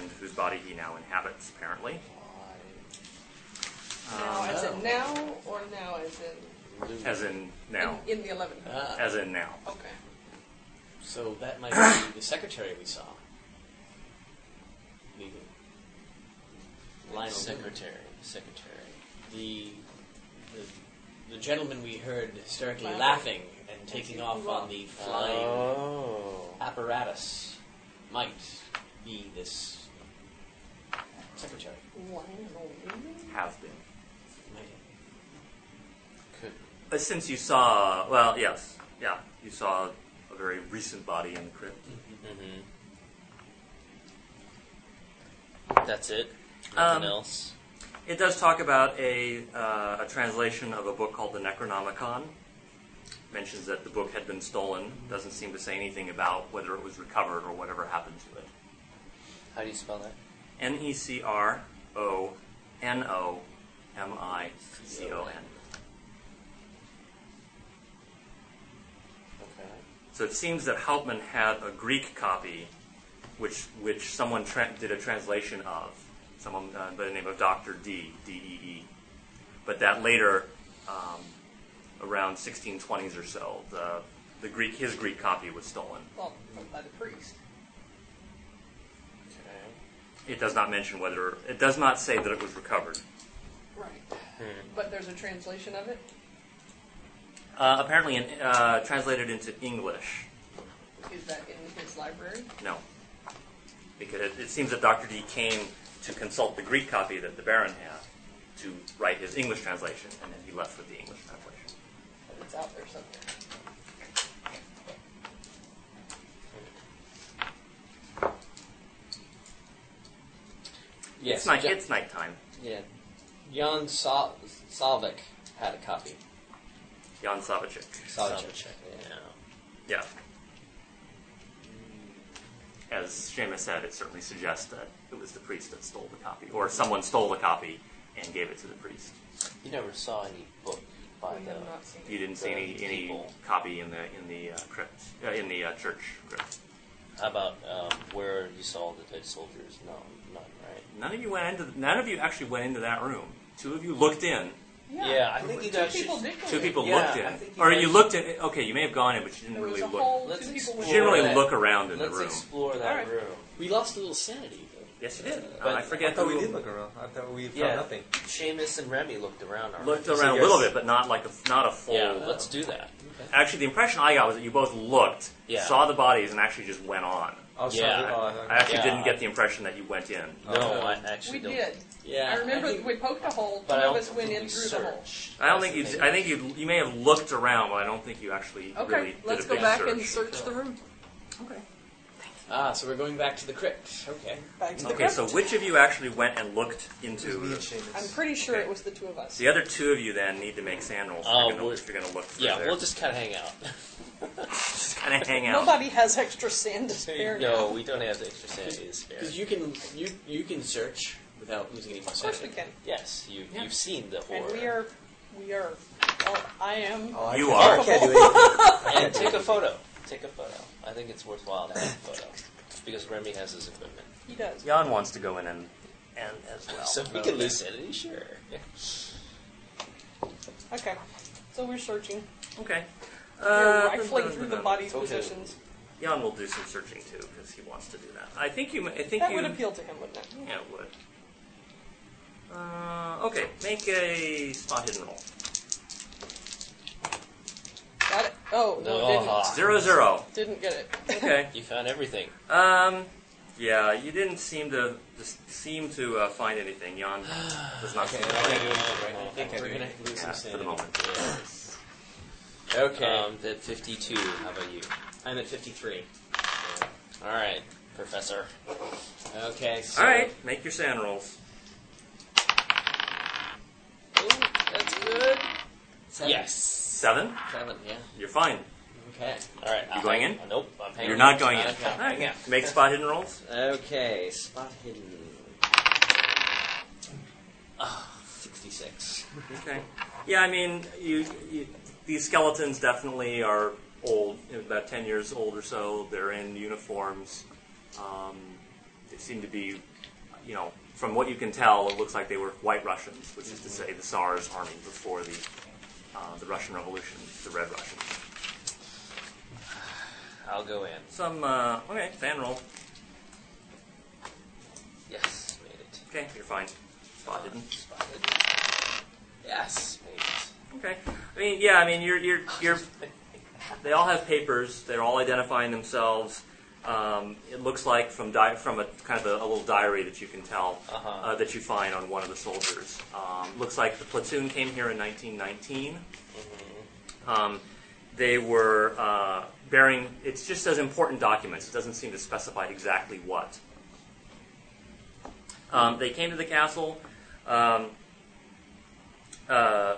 Speaker 2: and whose body he now inhabits, apparently.
Speaker 3: Now, as in now or now as in
Speaker 2: As in now.
Speaker 3: in, in the 11th?
Speaker 5: Ah,
Speaker 2: As in now.
Speaker 3: Okay.
Speaker 5: so that might be the secretary we saw. Leaving. Lionel Newman.
Speaker 7: Secretary, secretary.
Speaker 5: the, the the gentleman we heard hysterically
Speaker 3: Laughing.
Speaker 5: laughing and taking off on the flying
Speaker 7: Oh.
Speaker 5: apparatus might be this secretary.
Speaker 3: Lionel Newman?
Speaker 2: Have been.
Speaker 5: Might
Speaker 7: Could.
Speaker 2: But since you saw, well, yes, yeah, you saw a very recent body in the crypt.
Speaker 7: hmm That's it. Nothing
Speaker 2: Um,
Speaker 7: else.
Speaker 2: It does talk about a, uh, a translation of a book called the Necronomicon. Mentions that the book had been stolen. Doesn't seem to say anything about whether it was recovered or whatever happened to it.
Speaker 7: How do you spell that?
Speaker 2: N E C R O N O M I C O N.
Speaker 7: Okay.
Speaker 2: So it seems that Hauptmann had a Greek copy, which which someone tra- did a translation of, someone uh, by the name of Doctor D D E E, but that later, um, around 1620s or so, the the Greek his Greek copy was stolen.
Speaker 3: Well, by the priest.
Speaker 7: Okay.
Speaker 2: It does not mention whether it does not say that it was recovered.
Speaker 3: Right. But there's a translation of it?
Speaker 2: Uh, apparently, in, uh, translated into English,
Speaker 3: Is that in his library?
Speaker 2: no, because it, it seems that Doctor D came to consult the Greek copy that the Baron had. to write his English translation, and then he left with the English translation.
Speaker 3: But it's out there somewhere.
Speaker 5: Yes.
Speaker 2: It's night.
Speaker 5: Ja-
Speaker 2: It's nighttime.
Speaker 5: yeah. Jan Sa- Salvik had a copy.
Speaker 2: Jan Savicek.
Speaker 5: Salvik. Yeah.
Speaker 2: Yeah. As Seamus said, it certainly suggests that it was the priest that stole the copy, or someone stole the copy and gave it to the priest.
Speaker 7: You never saw any book by
Speaker 3: We
Speaker 7: the.
Speaker 3: have not seen it.
Speaker 2: You didn't see any, any
Speaker 7: People.
Speaker 2: copy in the in the uh, crypt, uh, in the uh, church crypt.
Speaker 7: How about um, where you saw the dead soldiers? No, none, right?
Speaker 2: None of you went into none of you actually went into that room. Two of you looked in.
Speaker 3: Yeah.
Speaker 7: I think you
Speaker 3: Two
Speaker 7: guys
Speaker 3: people
Speaker 7: should.
Speaker 3: did go
Speaker 2: Two
Speaker 3: in.
Speaker 2: people
Speaker 7: Yeah,
Speaker 2: looked
Speaker 7: I
Speaker 2: in,
Speaker 7: think you
Speaker 2: or
Speaker 7: guys
Speaker 2: you
Speaker 7: should-
Speaker 2: looked at. Okay, you may have gone in, but you didn't
Speaker 3: There was
Speaker 2: really
Speaker 3: a
Speaker 2: look.
Speaker 3: whole
Speaker 7: Let's
Speaker 3: two people
Speaker 2: you
Speaker 3: went
Speaker 2: didn't really
Speaker 7: explore that.
Speaker 2: look around in the
Speaker 7: Let's
Speaker 2: room.
Speaker 7: explore
Speaker 3: All
Speaker 7: that
Speaker 3: right.
Speaker 7: room.
Speaker 5: We lost a little sanity, though.
Speaker 2: yes, you did.
Speaker 7: But
Speaker 2: I
Speaker 4: I
Speaker 2: forget
Speaker 4: thought
Speaker 2: who
Speaker 4: we did look around. I thought we found
Speaker 7: Yeah.
Speaker 4: nothing.
Speaker 7: Seamus and Remy looked around. uh, already.
Speaker 2: looked
Speaker 7: So
Speaker 2: around a
Speaker 7: yes.
Speaker 2: little bit, but not like a, not a full.
Speaker 7: Yeah, let's do that.
Speaker 2: Actually, the impression I got was that you both looked,
Speaker 7: Yeah.
Speaker 2: saw the bodies, and actually just went on.
Speaker 4: Oh, sorry.
Speaker 7: Yeah.
Speaker 4: Oh,
Speaker 2: I
Speaker 4: okay.
Speaker 2: actually
Speaker 7: Yeah.
Speaker 2: didn't get the impression that you went in.
Speaker 7: No, I actually
Speaker 3: We
Speaker 7: don't.
Speaker 3: did.
Speaker 5: Yeah.
Speaker 3: I remember
Speaker 5: think-
Speaker 3: we poked a hole. Two
Speaker 7: But I
Speaker 3: of
Speaker 7: don't
Speaker 3: us went
Speaker 7: think
Speaker 3: in
Speaker 7: we
Speaker 3: through the hole.
Speaker 7: searched.
Speaker 2: I don't
Speaker 7: That's
Speaker 2: think
Speaker 7: the
Speaker 2: you.
Speaker 7: thing.
Speaker 2: I think you. You may have looked around, but I don't think you actually
Speaker 3: Okay,
Speaker 2: really
Speaker 3: let's
Speaker 2: did a
Speaker 3: go
Speaker 2: big
Speaker 3: back
Speaker 2: search.
Speaker 3: and search the room. Okay.
Speaker 5: Ah, so we're going back to the crypt. Okay.
Speaker 3: Back to the
Speaker 2: Okay,
Speaker 3: crypt.
Speaker 2: so which of you actually went and looked
Speaker 4: It was
Speaker 2: into?
Speaker 4: me
Speaker 2: the-
Speaker 4: and Seamus.
Speaker 3: I'm pretty sure
Speaker 2: Okay.
Speaker 3: it was the two of us.
Speaker 2: The other two of you then need to make sand rolls if you're
Speaker 7: Uh,
Speaker 2: gonna-
Speaker 7: we-
Speaker 2: if you're going to look through
Speaker 7: Yeah,
Speaker 2: there.
Speaker 7: we'll just kind of hang out.
Speaker 2: kind of hang out.
Speaker 3: Nobody has extra sand to spare
Speaker 7: no,
Speaker 3: now.
Speaker 7: we don't have the extra sanity to spare.
Speaker 5: Because you can you you can search without losing any more
Speaker 3: Of course we can.
Speaker 5: sanity.
Speaker 7: Yes, you,
Speaker 2: Yeah.
Speaker 7: you've seen the horror.
Speaker 3: And we are, we are. Well, I am.
Speaker 4: Oh, I
Speaker 2: You
Speaker 4: can't-
Speaker 2: are.
Speaker 4: I can't do anything.
Speaker 7: And take a photo. Take a photo. I think it's worthwhile to have a photo. Because Remy has his equipment.
Speaker 3: He does.
Speaker 2: Jan wants to go in and, and as well.
Speaker 7: So we can lose sanity, sure.
Speaker 3: Okay. So we're searching.
Speaker 2: Okay.
Speaker 3: We're
Speaker 2: Uh,
Speaker 3: rifling through the body's
Speaker 7: Okay.
Speaker 3: positions.
Speaker 2: Jan will do some searching too because he wants to do that. I think you. ma- I think
Speaker 3: That
Speaker 2: you.
Speaker 3: would appeal to him, wouldn't it?
Speaker 2: Yeah, it would. Uh, okay, make a spot hidden roll.
Speaker 3: Got it. Oh no,
Speaker 7: Ah,
Speaker 2: Zero zero.
Speaker 3: didn't. Didn't get it.
Speaker 2: Okay.
Speaker 7: You found everything.
Speaker 2: Um, yeah, you didn't seem to just seem to uh, find anything. Jan does not seem
Speaker 4: I
Speaker 2: to
Speaker 4: can't do anything right now.
Speaker 5: I think
Speaker 4: I can't
Speaker 5: we're
Speaker 4: do
Speaker 5: gonna
Speaker 4: anything.
Speaker 5: lose
Speaker 2: yeah,
Speaker 5: some
Speaker 2: for the
Speaker 5: sanity.
Speaker 2: moment.
Speaker 5: Okay.
Speaker 7: Um, that 52. How about you?
Speaker 5: I'm at 53.
Speaker 7: All right, Professor.
Speaker 5: Okay. So
Speaker 2: All right, make your sand rolls.
Speaker 5: Ooh, that's good. Seven.
Speaker 7: Yes.
Speaker 2: Seven.
Speaker 5: Seven. Yeah.
Speaker 2: You're fine.
Speaker 5: Okay.
Speaker 7: All right.
Speaker 2: You going in?
Speaker 7: Nope. I'm hanging.
Speaker 2: You're not going in.
Speaker 7: I'm not
Speaker 2: All
Speaker 7: hanging
Speaker 2: right,
Speaker 7: out.
Speaker 2: Make spot hidden rolls.
Speaker 5: Okay. Spot hidden. Ah, 66.
Speaker 2: Okay. Yeah, I mean, you, you these skeletons definitely are old, about ten years old or so. They're in uniforms. Um, they seem to be, you know, from what you can tell, it looks like they were White Russians, which is to say the Tsar's army before the uh, the Russian Revolution, the Red Russians.
Speaker 7: I'll go in.
Speaker 2: Some uh, okay, fan roll.
Speaker 7: Yes, made it.
Speaker 2: Okay, you're fine. Spot hidden.
Speaker 7: Spotted. Yes, made it.
Speaker 2: Okay. I mean, yeah. I mean, you're you're you're. They all have papers. They're all identifying themselves. Um, it looks like from di- from a kind of a, a little diary that you can tell
Speaker 7: Uh-huh.
Speaker 2: uh, that you find on one of the soldiers. Um, looks like the platoon came here in 1919. Um, they were uh, bearing. It just says important documents. It doesn't seem to specify exactly what. Um, they came to the castle. Um, uh,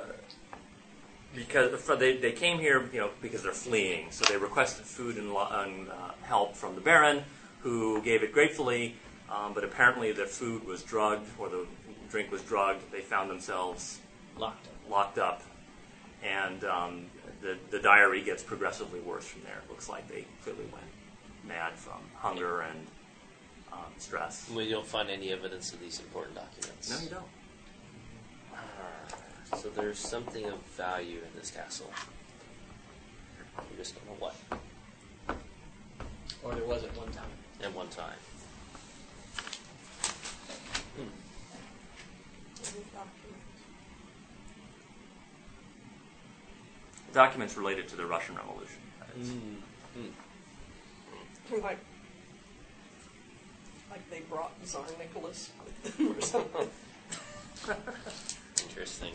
Speaker 2: because for they, they came here, you know, because they're fleeing. So they requested food and, lo- and uh, help from the Baron, who gave it gratefully. Um, but apparently, their food was drugged or the drink was drugged. They found themselves
Speaker 5: Locked up.
Speaker 2: locked up, and um, the the diary gets progressively worse from there. It looks like they clearly went mad from hunger and um, stress.
Speaker 7: We don't find any evidence of these important documents.
Speaker 2: No, you don't.
Speaker 7: don't. So there's something of value in this castle. We just don't know what.
Speaker 5: Or there was at one time.
Speaker 7: At one time.
Speaker 2: Documents related to the Russian Revolution.
Speaker 5: Mm-hmm.
Speaker 3: like, like they brought Tsar Nicholas with them or something.
Speaker 7: Interesting.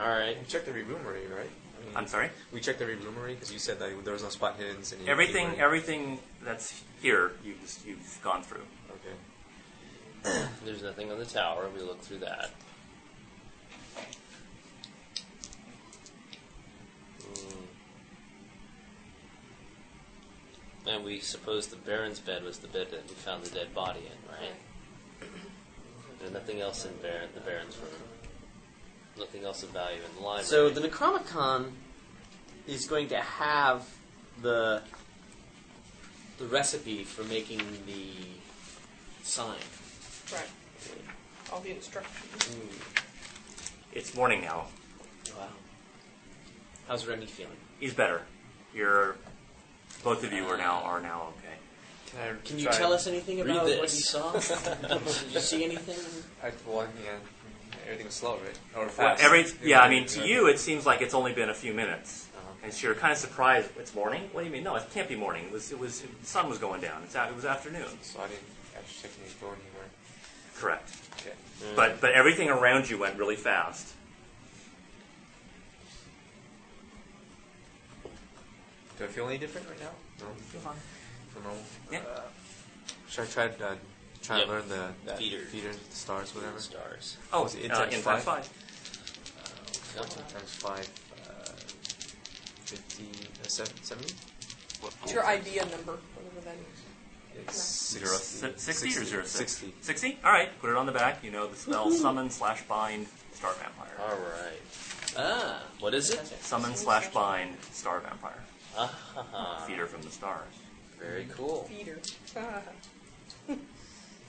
Speaker 7: All right.
Speaker 4: We checked every room already, right? I mean,
Speaker 2: I'm sorry.
Speaker 4: We checked every room already because you said that there was no spot hidden. and you-
Speaker 2: Everything,
Speaker 4: you were-
Speaker 2: everything that's here, you've you've gone through.
Speaker 4: Okay.
Speaker 7: There's nothing on the tower. We look through that. Hmm. And we suppose the Baron's bed was the bed that we found the dead body in, right?
Speaker 9: Mm-hmm.
Speaker 7: There's nothing else in Baron, the Baron's room. Nothing else of value in the library.
Speaker 9: So the Necromicon is going to have the the recipe for making the sign.
Speaker 10: Right. All the instructions.
Speaker 2: It's morning now.
Speaker 9: Wow. How's Remy feeling?
Speaker 2: He's better. You're both of you are now are now okay.
Speaker 4: Can, I
Speaker 9: Can you
Speaker 4: try-
Speaker 9: tell us anything
Speaker 7: Read
Speaker 9: about what you
Speaker 7: this.
Speaker 9: saw? Did you see anything?
Speaker 4: I, well, yeah. Everything was slow, right? Or
Speaker 2: Well,
Speaker 4: fast.
Speaker 2: Uh, every
Speaker 4: It
Speaker 2: yeah, I
Speaker 4: was-
Speaker 2: mean to you it seems like it's only been a few minutes,
Speaker 4: Uh-huh.
Speaker 2: and so you're kind of surprised. It's morning. What do you mean? No, it can't be morning. It was it was the sun was going down. It's out, it was afternoon.
Speaker 4: So I didn't actually check any go anywhere.
Speaker 2: Correct.
Speaker 4: Okay.
Speaker 2: But but everything around you went really fast.
Speaker 4: Uh, Do I feel any different right now? No.
Speaker 2: Feel fine.
Speaker 4: Feel normal?
Speaker 2: Yeah.
Speaker 4: Uh, should I try to uh, try
Speaker 7: Yep.
Speaker 4: to learn the that
Speaker 7: Feeder.
Speaker 4: the stars, whatever?
Speaker 7: stars.
Speaker 2: Oh,
Speaker 4: Was it
Speaker 2: uh,
Speaker 4: inside
Speaker 2: inside
Speaker 4: five?
Speaker 2: five.
Speaker 7: Come
Speaker 4: Fourteen times five, uh, fifty, uh, seven, seventy.
Speaker 10: It's your idea number, whatever that is.
Speaker 4: It's
Speaker 2: Zero, si- 60, or zero six?
Speaker 4: 60.
Speaker 2: 60? All right, put it on the back. You know the spell summon slash bind star vampire.
Speaker 7: All right.
Speaker 9: Ah.
Speaker 7: What is it?
Speaker 2: Summon slash bind star vampire.
Speaker 7: Ah,
Speaker 2: Feeder from the stars.
Speaker 7: very cool.
Speaker 10: Feeder.
Speaker 3: Uh-huh.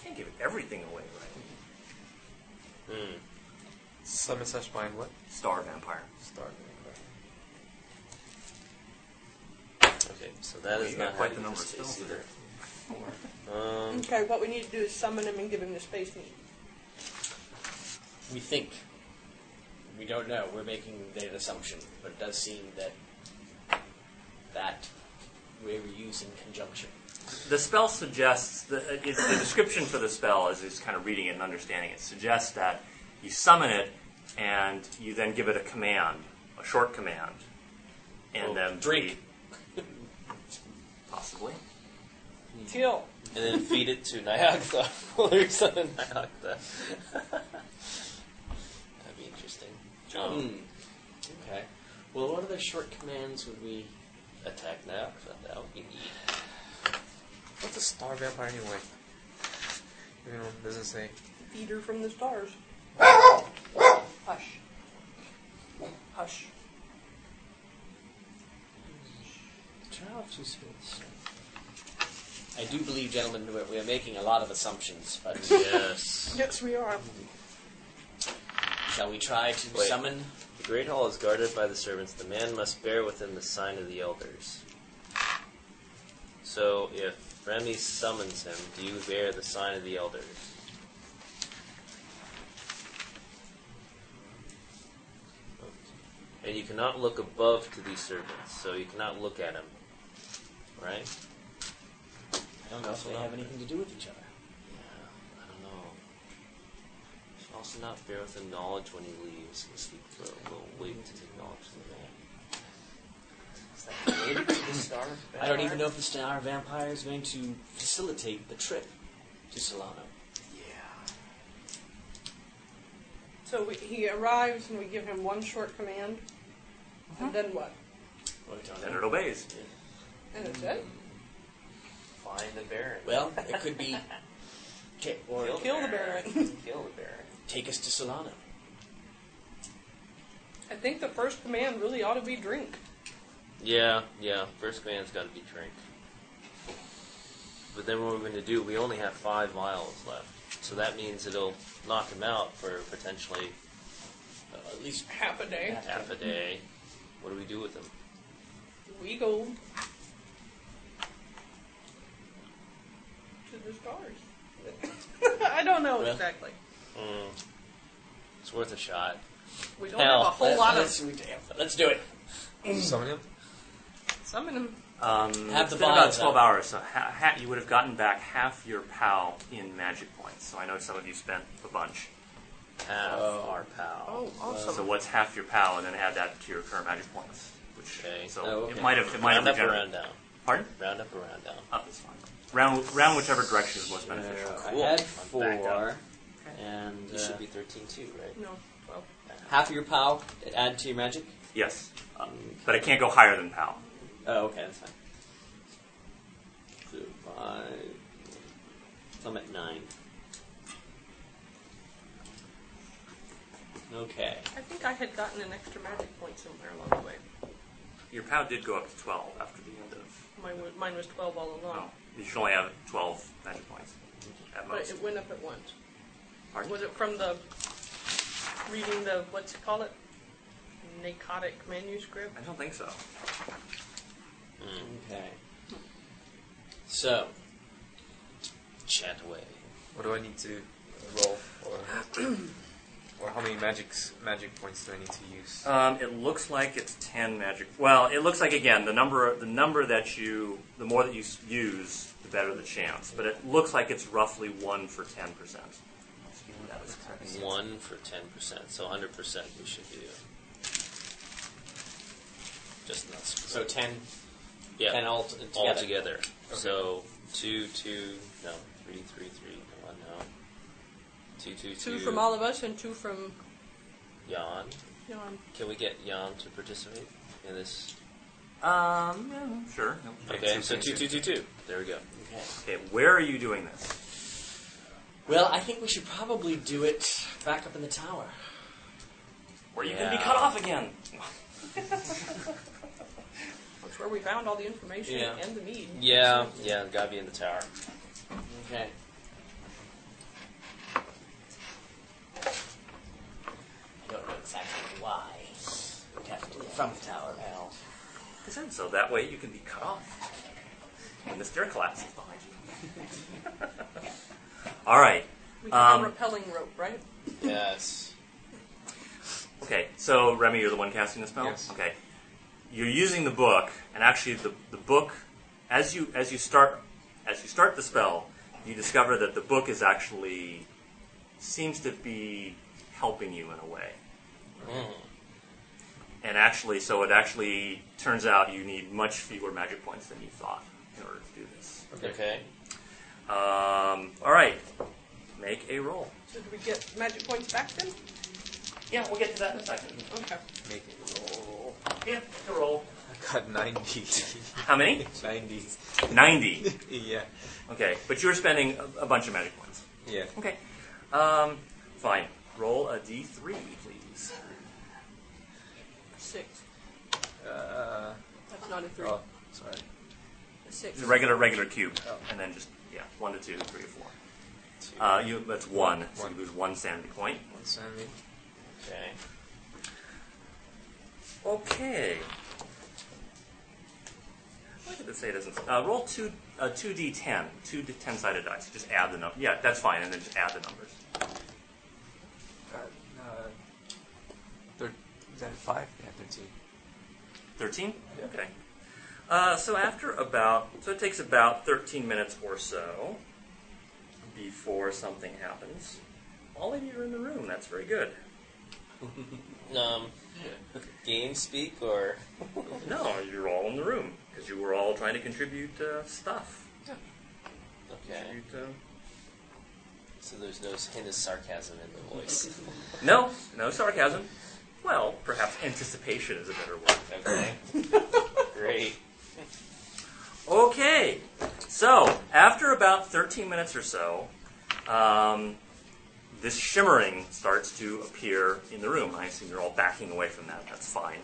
Speaker 2: Can't give everything away, right?
Speaker 7: Hmm.
Speaker 4: Summon slash bind what?
Speaker 2: Star vampire.
Speaker 4: Star.
Speaker 7: Okay, so that is
Speaker 2: You
Speaker 7: not
Speaker 2: got quite
Speaker 7: how
Speaker 2: the
Speaker 7: you
Speaker 2: number of
Speaker 7: use
Speaker 2: spells
Speaker 7: space
Speaker 2: today.
Speaker 7: either. Um,
Speaker 10: okay, what we need to do is summon him and give him the space need.
Speaker 5: We think. We don't know. We're making an assumption, but it does seem that that we were using conjunction.
Speaker 2: The spell suggests the, it's the description for the spell is is kind of reading it and understanding it. Suggests that you summon it and you then give it a command, a short command, and
Speaker 7: Oh,
Speaker 2: then
Speaker 7: drink.
Speaker 2: the- possibly.
Speaker 10: Kill.
Speaker 7: and then feed it to Nyagtha. or something, Nyagtha. That'd be interesting. Um,
Speaker 9: Hmm. Okay. Well, what other short commands would we?
Speaker 7: Attack Nyagtha. That would be neat.
Speaker 4: What's a star vampire anyway? You know, it doesn't say.
Speaker 10: Feeder from the stars. Hush. Hush.
Speaker 5: I do believe, gentlemen, we're, we're making a lot of assumptions, but
Speaker 7: Yes.
Speaker 10: Yes, we are.
Speaker 5: shall we try to
Speaker 7: Wait.
Speaker 5: summon?
Speaker 7: The Great Hall is guarded by the servants. The man must bear within the sign of the elders. So if Remy summons him, do you bear the sign of the elders? And you cannot look above to these servants, so you cannot look at him. Right?
Speaker 5: I don't know if they have anything to do with each other.
Speaker 7: Yeah, I don't know. Should also not bear with the knowledge when he leaves, because he will, will wait to take knowledge from the man.
Speaker 8: Is that related to the star?
Speaker 5: I don't even know if the Star Vampire is going to facilitate the trip to Solano.
Speaker 8: Yeah.
Speaker 10: So we, he arrives and we give him one short command. And then what?
Speaker 5: Well, we don't
Speaker 2: Then
Speaker 5: know.
Speaker 2: it obeys.
Speaker 10: And that's it.
Speaker 8: Find the Baron.
Speaker 5: Well, it could be ki- or
Speaker 8: Kill,
Speaker 10: Kill the Baron.
Speaker 8: Kill the Baron.
Speaker 5: take us to Solano.
Speaker 10: I think the first command really ought to be drink.
Speaker 7: Yeah, yeah. First command's got to be drink. But then what we're going to do? We only have five miles left, so that means it'll knock him out for potentially
Speaker 5: Uh, at least
Speaker 10: Half a day.
Speaker 7: half a day. What do we do with him?
Speaker 10: We go to the stars. I don't know
Speaker 5: Well,
Speaker 10: exactly.
Speaker 7: Mm, it's worth a shot.
Speaker 10: We don't
Speaker 7: hell,
Speaker 10: have a whole lot
Speaker 5: let's,
Speaker 10: of
Speaker 5: let's do it.
Speaker 10: Mm.
Speaker 4: Summon him?
Speaker 10: summon him.
Speaker 2: Um,
Speaker 5: Have
Speaker 2: it's
Speaker 5: the
Speaker 2: been about
Speaker 5: vials
Speaker 2: 12
Speaker 5: out.
Speaker 2: hours, so ha- ha- you would have gotten back half your POW in magic points. So I know some of you spent a bunch.
Speaker 7: half our pal.
Speaker 10: Oh, awesome.
Speaker 2: So what's half your pal, and then add that to your current magic points. Which
Speaker 7: Okay.
Speaker 2: so
Speaker 7: Oh,
Speaker 2: it
Speaker 7: okay.
Speaker 2: might have it might
Speaker 7: Round
Speaker 2: have
Speaker 7: up or
Speaker 2: regenerated.
Speaker 7: round down.
Speaker 2: Pardon?
Speaker 7: Round up or round down.
Speaker 2: Up is Oh, fine. Round round whichever direction is most beneficial.
Speaker 9: Uh,
Speaker 7: Cool.
Speaker 9: I had
Speaker 7: I'm backed up.
Speaker 9: four, and
Speaker 7: You
Speaker 9: uh,
Speaker 7: should be 13 too, right?
Speaker 10: no, well,
Speaker 9: half of your pow add to your magic.
Speaker 2: Yes, Um, but it can't go higher than pal.
Speaker 9: Oh, okay, that's fine. So five. So I'm at nine. Okay.
Speaker 3: I think I had gotten an extra magic point somewhere along the way.
Speaker 2: Your pal did go up to twelve after the end of.
Speaker 3: My, mine was 12 all along,
Speaker 2: Oh, you should only have twelve magic points at
Speaker 3: but
Speaker 2: most.
Speaker 3: it went up at once.
Speaker 2: Pardon?
Speaker 3: Was it from the reading the what's it call it? Narcotic manuscript.
Speaker 2: I don't think so.
Speaker 9: Okay.
Speaker 7: So, chat away.
Speaker 4: What do I need to roll, or or how many magics magic points do I need to use?
Speaker 2: Um, it looks like it's ten magic. Well, it looks like again the number the number that you the more that you s- use the better the chance. But it looks like it's roughly one for ten percent.
Speaker 7: One for 10%, so 100% we should do. Just not
Speaker 9: So ten.
Speaker 7: yeah,
Speaker 9: ten all t-
Speaker 7: all
Speaker 9: together.
Speaker 7: together. So, two, two, no, three, three, three, come on now. Two, two, two.
Speaker 3: Two from all of us and two from
Speaker 7: Jan.
Speaker 3: you know, I'm-
Speaker 7: Can we get Jan to participate in this?
Speaker 2: Um, yeah, sure.
Speaker 7: Okay, so two, two, two, two. There we go.
Speaker 9: Okay.
Speaker 2: Okay, where are you doing this?
Speaker 9: Well, I think we should probably do it back up in the tower.
Speaker 2: Or you
Speaker 7: Yeah.
Speaker 2: can be cut off again.
Speaker 3: that's where we found all the information
Speaker 9: Yeah.
Speaker 3: and the mead.
Speaker 7: Yeah, yeah, gotta be in the tower.
Speaker 9: Okay.
Speaker 5: I don't know exactly why. We'd have to do it from the tower, Al.
Speaker 2: I said So that way you can be cut off when the stair collapses behind you. All right.
Speaker 3: We have
Speaker 2: Um,
Speaker 3: a rappelling rope, right?
Speaker 7: Yes.
Speaker 2: Okay, so Remy, you're the one casting the spell.
Speaker 4: Yes.
Speaker 2: Okay, you're using the book, and actually, the, the book, as you as you start as you start the spell, you discover that the book is actually seems to be helping you in a way.
Speaker 4: Hmm.
Speaker 2: And actually, so it actually turns out you need much fewer magic points than you thought in order to do this.
Speaker 7: Okay.
Speaker 2: Um, all right, make a roll.
Speaker 3: So did we get magic points back then?
Speaker 2: Yeah, we'll get to that in a second.
Speaker 3: Okay.
Speaker 4: Make it roll.
Speaker 2: Yeah, a roll.
Speaker 4: I got ninety.
Speaker 2: How many?
Speaker 4: ninety.
Speaker 2: Ninety.
Speaker 4: Yeah.
Speaker 2: Okay, but you're spending a, a bunch of magic points.
Speaker 4: Yeah.
Speaker 2: Okay. Um, fine. Roll a d3, please.
Speaker 3: Six.
Speaker 4: Uh,
Speaker 3: That's not a three.
Speaker 4: oh, sorry.
Speaker 3: A six.
Speaker 2: It's a regular, regular cube, and then just yeah, one to two, three to four. Uh, you that's one, so you
Speaker 4: One.
Speaker 2: lose one sanity point.
Speaker 4: One sanity.
Speaker 7: Okay.
Speaker 2: Okay. Why did it say it doesn't? Uh, roll two, uh, two d10, two d- ten-sided dice. Just add the number. Yeah, that's fine, and then just add the numbers.
Speaker 4: Uh, uh, thir- is that five? Yeah, thirteen.
Speaker 2: 13? Okay. Uh, so after about, so it takes about 13 minutes or so before something happens. All of you are in the room. That's very good.
Speaker 7: Um, game speak or
Speaker 2: No, you're all in the room because you were all trying to contribute uh, stuff.
Speaker 7: okay.
Speaker 2: Contribute, uh,
Speaker 7: So there's no hint of sarcasm in the voice.
Speaker 2: no, no sarcasm. Well, perhaps anticipation is a better word.
Speaker 7: Okay. Great.
Speaker 2: Okay, so after about 13 minutes or so, um, this shimmering starts to appear in the room. I assume you're all backing away from that. That's fine.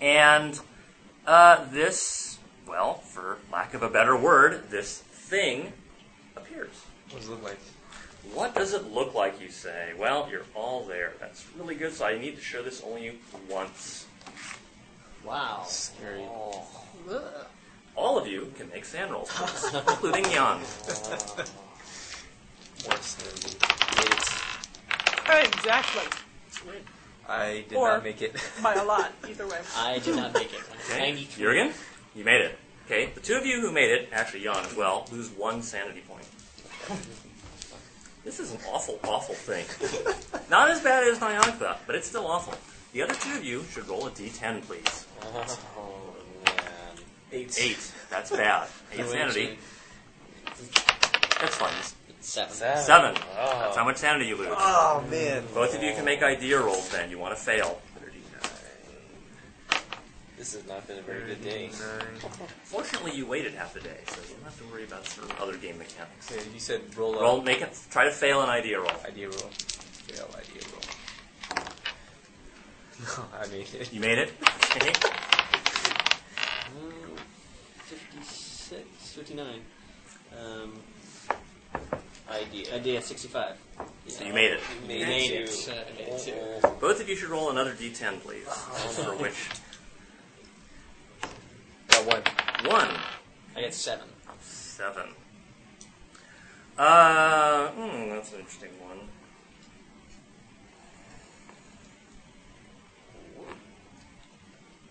Speaker 2: And uh, this, well, for lack of a better word, this thing appears.
Speaker 4: What does it look like?
Speaker 2: What does it look like, you say? Well, you're all there. That's really good, so I need to show this only once.
Speaker 5: Wow.
Speaker 4: Scary.
Speaker 2: All of you can make sand rolls, including Jan.
Speaker 4: More scary.
Speaker 10: exactly.
Speaker 4: I did
Speaker 10: Or-
Speaker 4: not make it.
Speaker 10: By a lot, either way.
Speaker 5: I did not make it.
Speaker 2: Okay.
Speaker 5: 93.
Speaker 2: Jurgen, you made it. Okay, the two of you who made it, actually Jan as well, lose one sanity point. This is an awful, awful thing. Not as bad as Nyanthra, but it's still awful. The other two of you should roll a d10, please.
Speaker 8: Oh, man.
Speaker 5: Eight.
Speaker 2: Eight. That's bad. Eight sanity. That's fine.
Speaker 9: Seven.
Speaker 8: Seven.
Speaker 2: Seven.
Speaker 8: Oh.
Speaker 2: That's how much sanity you lose.
Speaker 4: Oh, man.
Speaker 2: Both of you can make idea rolls then. You want to fail.
Speaker 4: 39.
Speaker 8: This has not been a very good day.
Speaker 4: 39.
Speaker 2: Fortunately, you waited half the day, so you don't have to worry about certain other game mechanics.
Speaker 4: Okay, you said roll up.
Speaker 2: Roll, make it, try to fail an idea roll.
Speaker 4: Idea roll. Fail idea roll. No, I mean, it.
Speaker 2: You made it? Okay.
Speaker 5: 56, 59. Um,
Speaker 8: Idea.
Speaker 5: idea 65.
Speaker 2: So you made it.
Speaker 8: You made,
Speaker 5: Made
Speaker 8: it.
Speaker 5: it. Uh, made it.
Speaker 8: Oh,
Speaker 2: Both of you should roll another d10, please. For which
Speaker 4: Got one.
Speaker 2: one,
Speaker 5: I got seven.
Speaker 2: seven. Uh, hmm, that's an interesting one.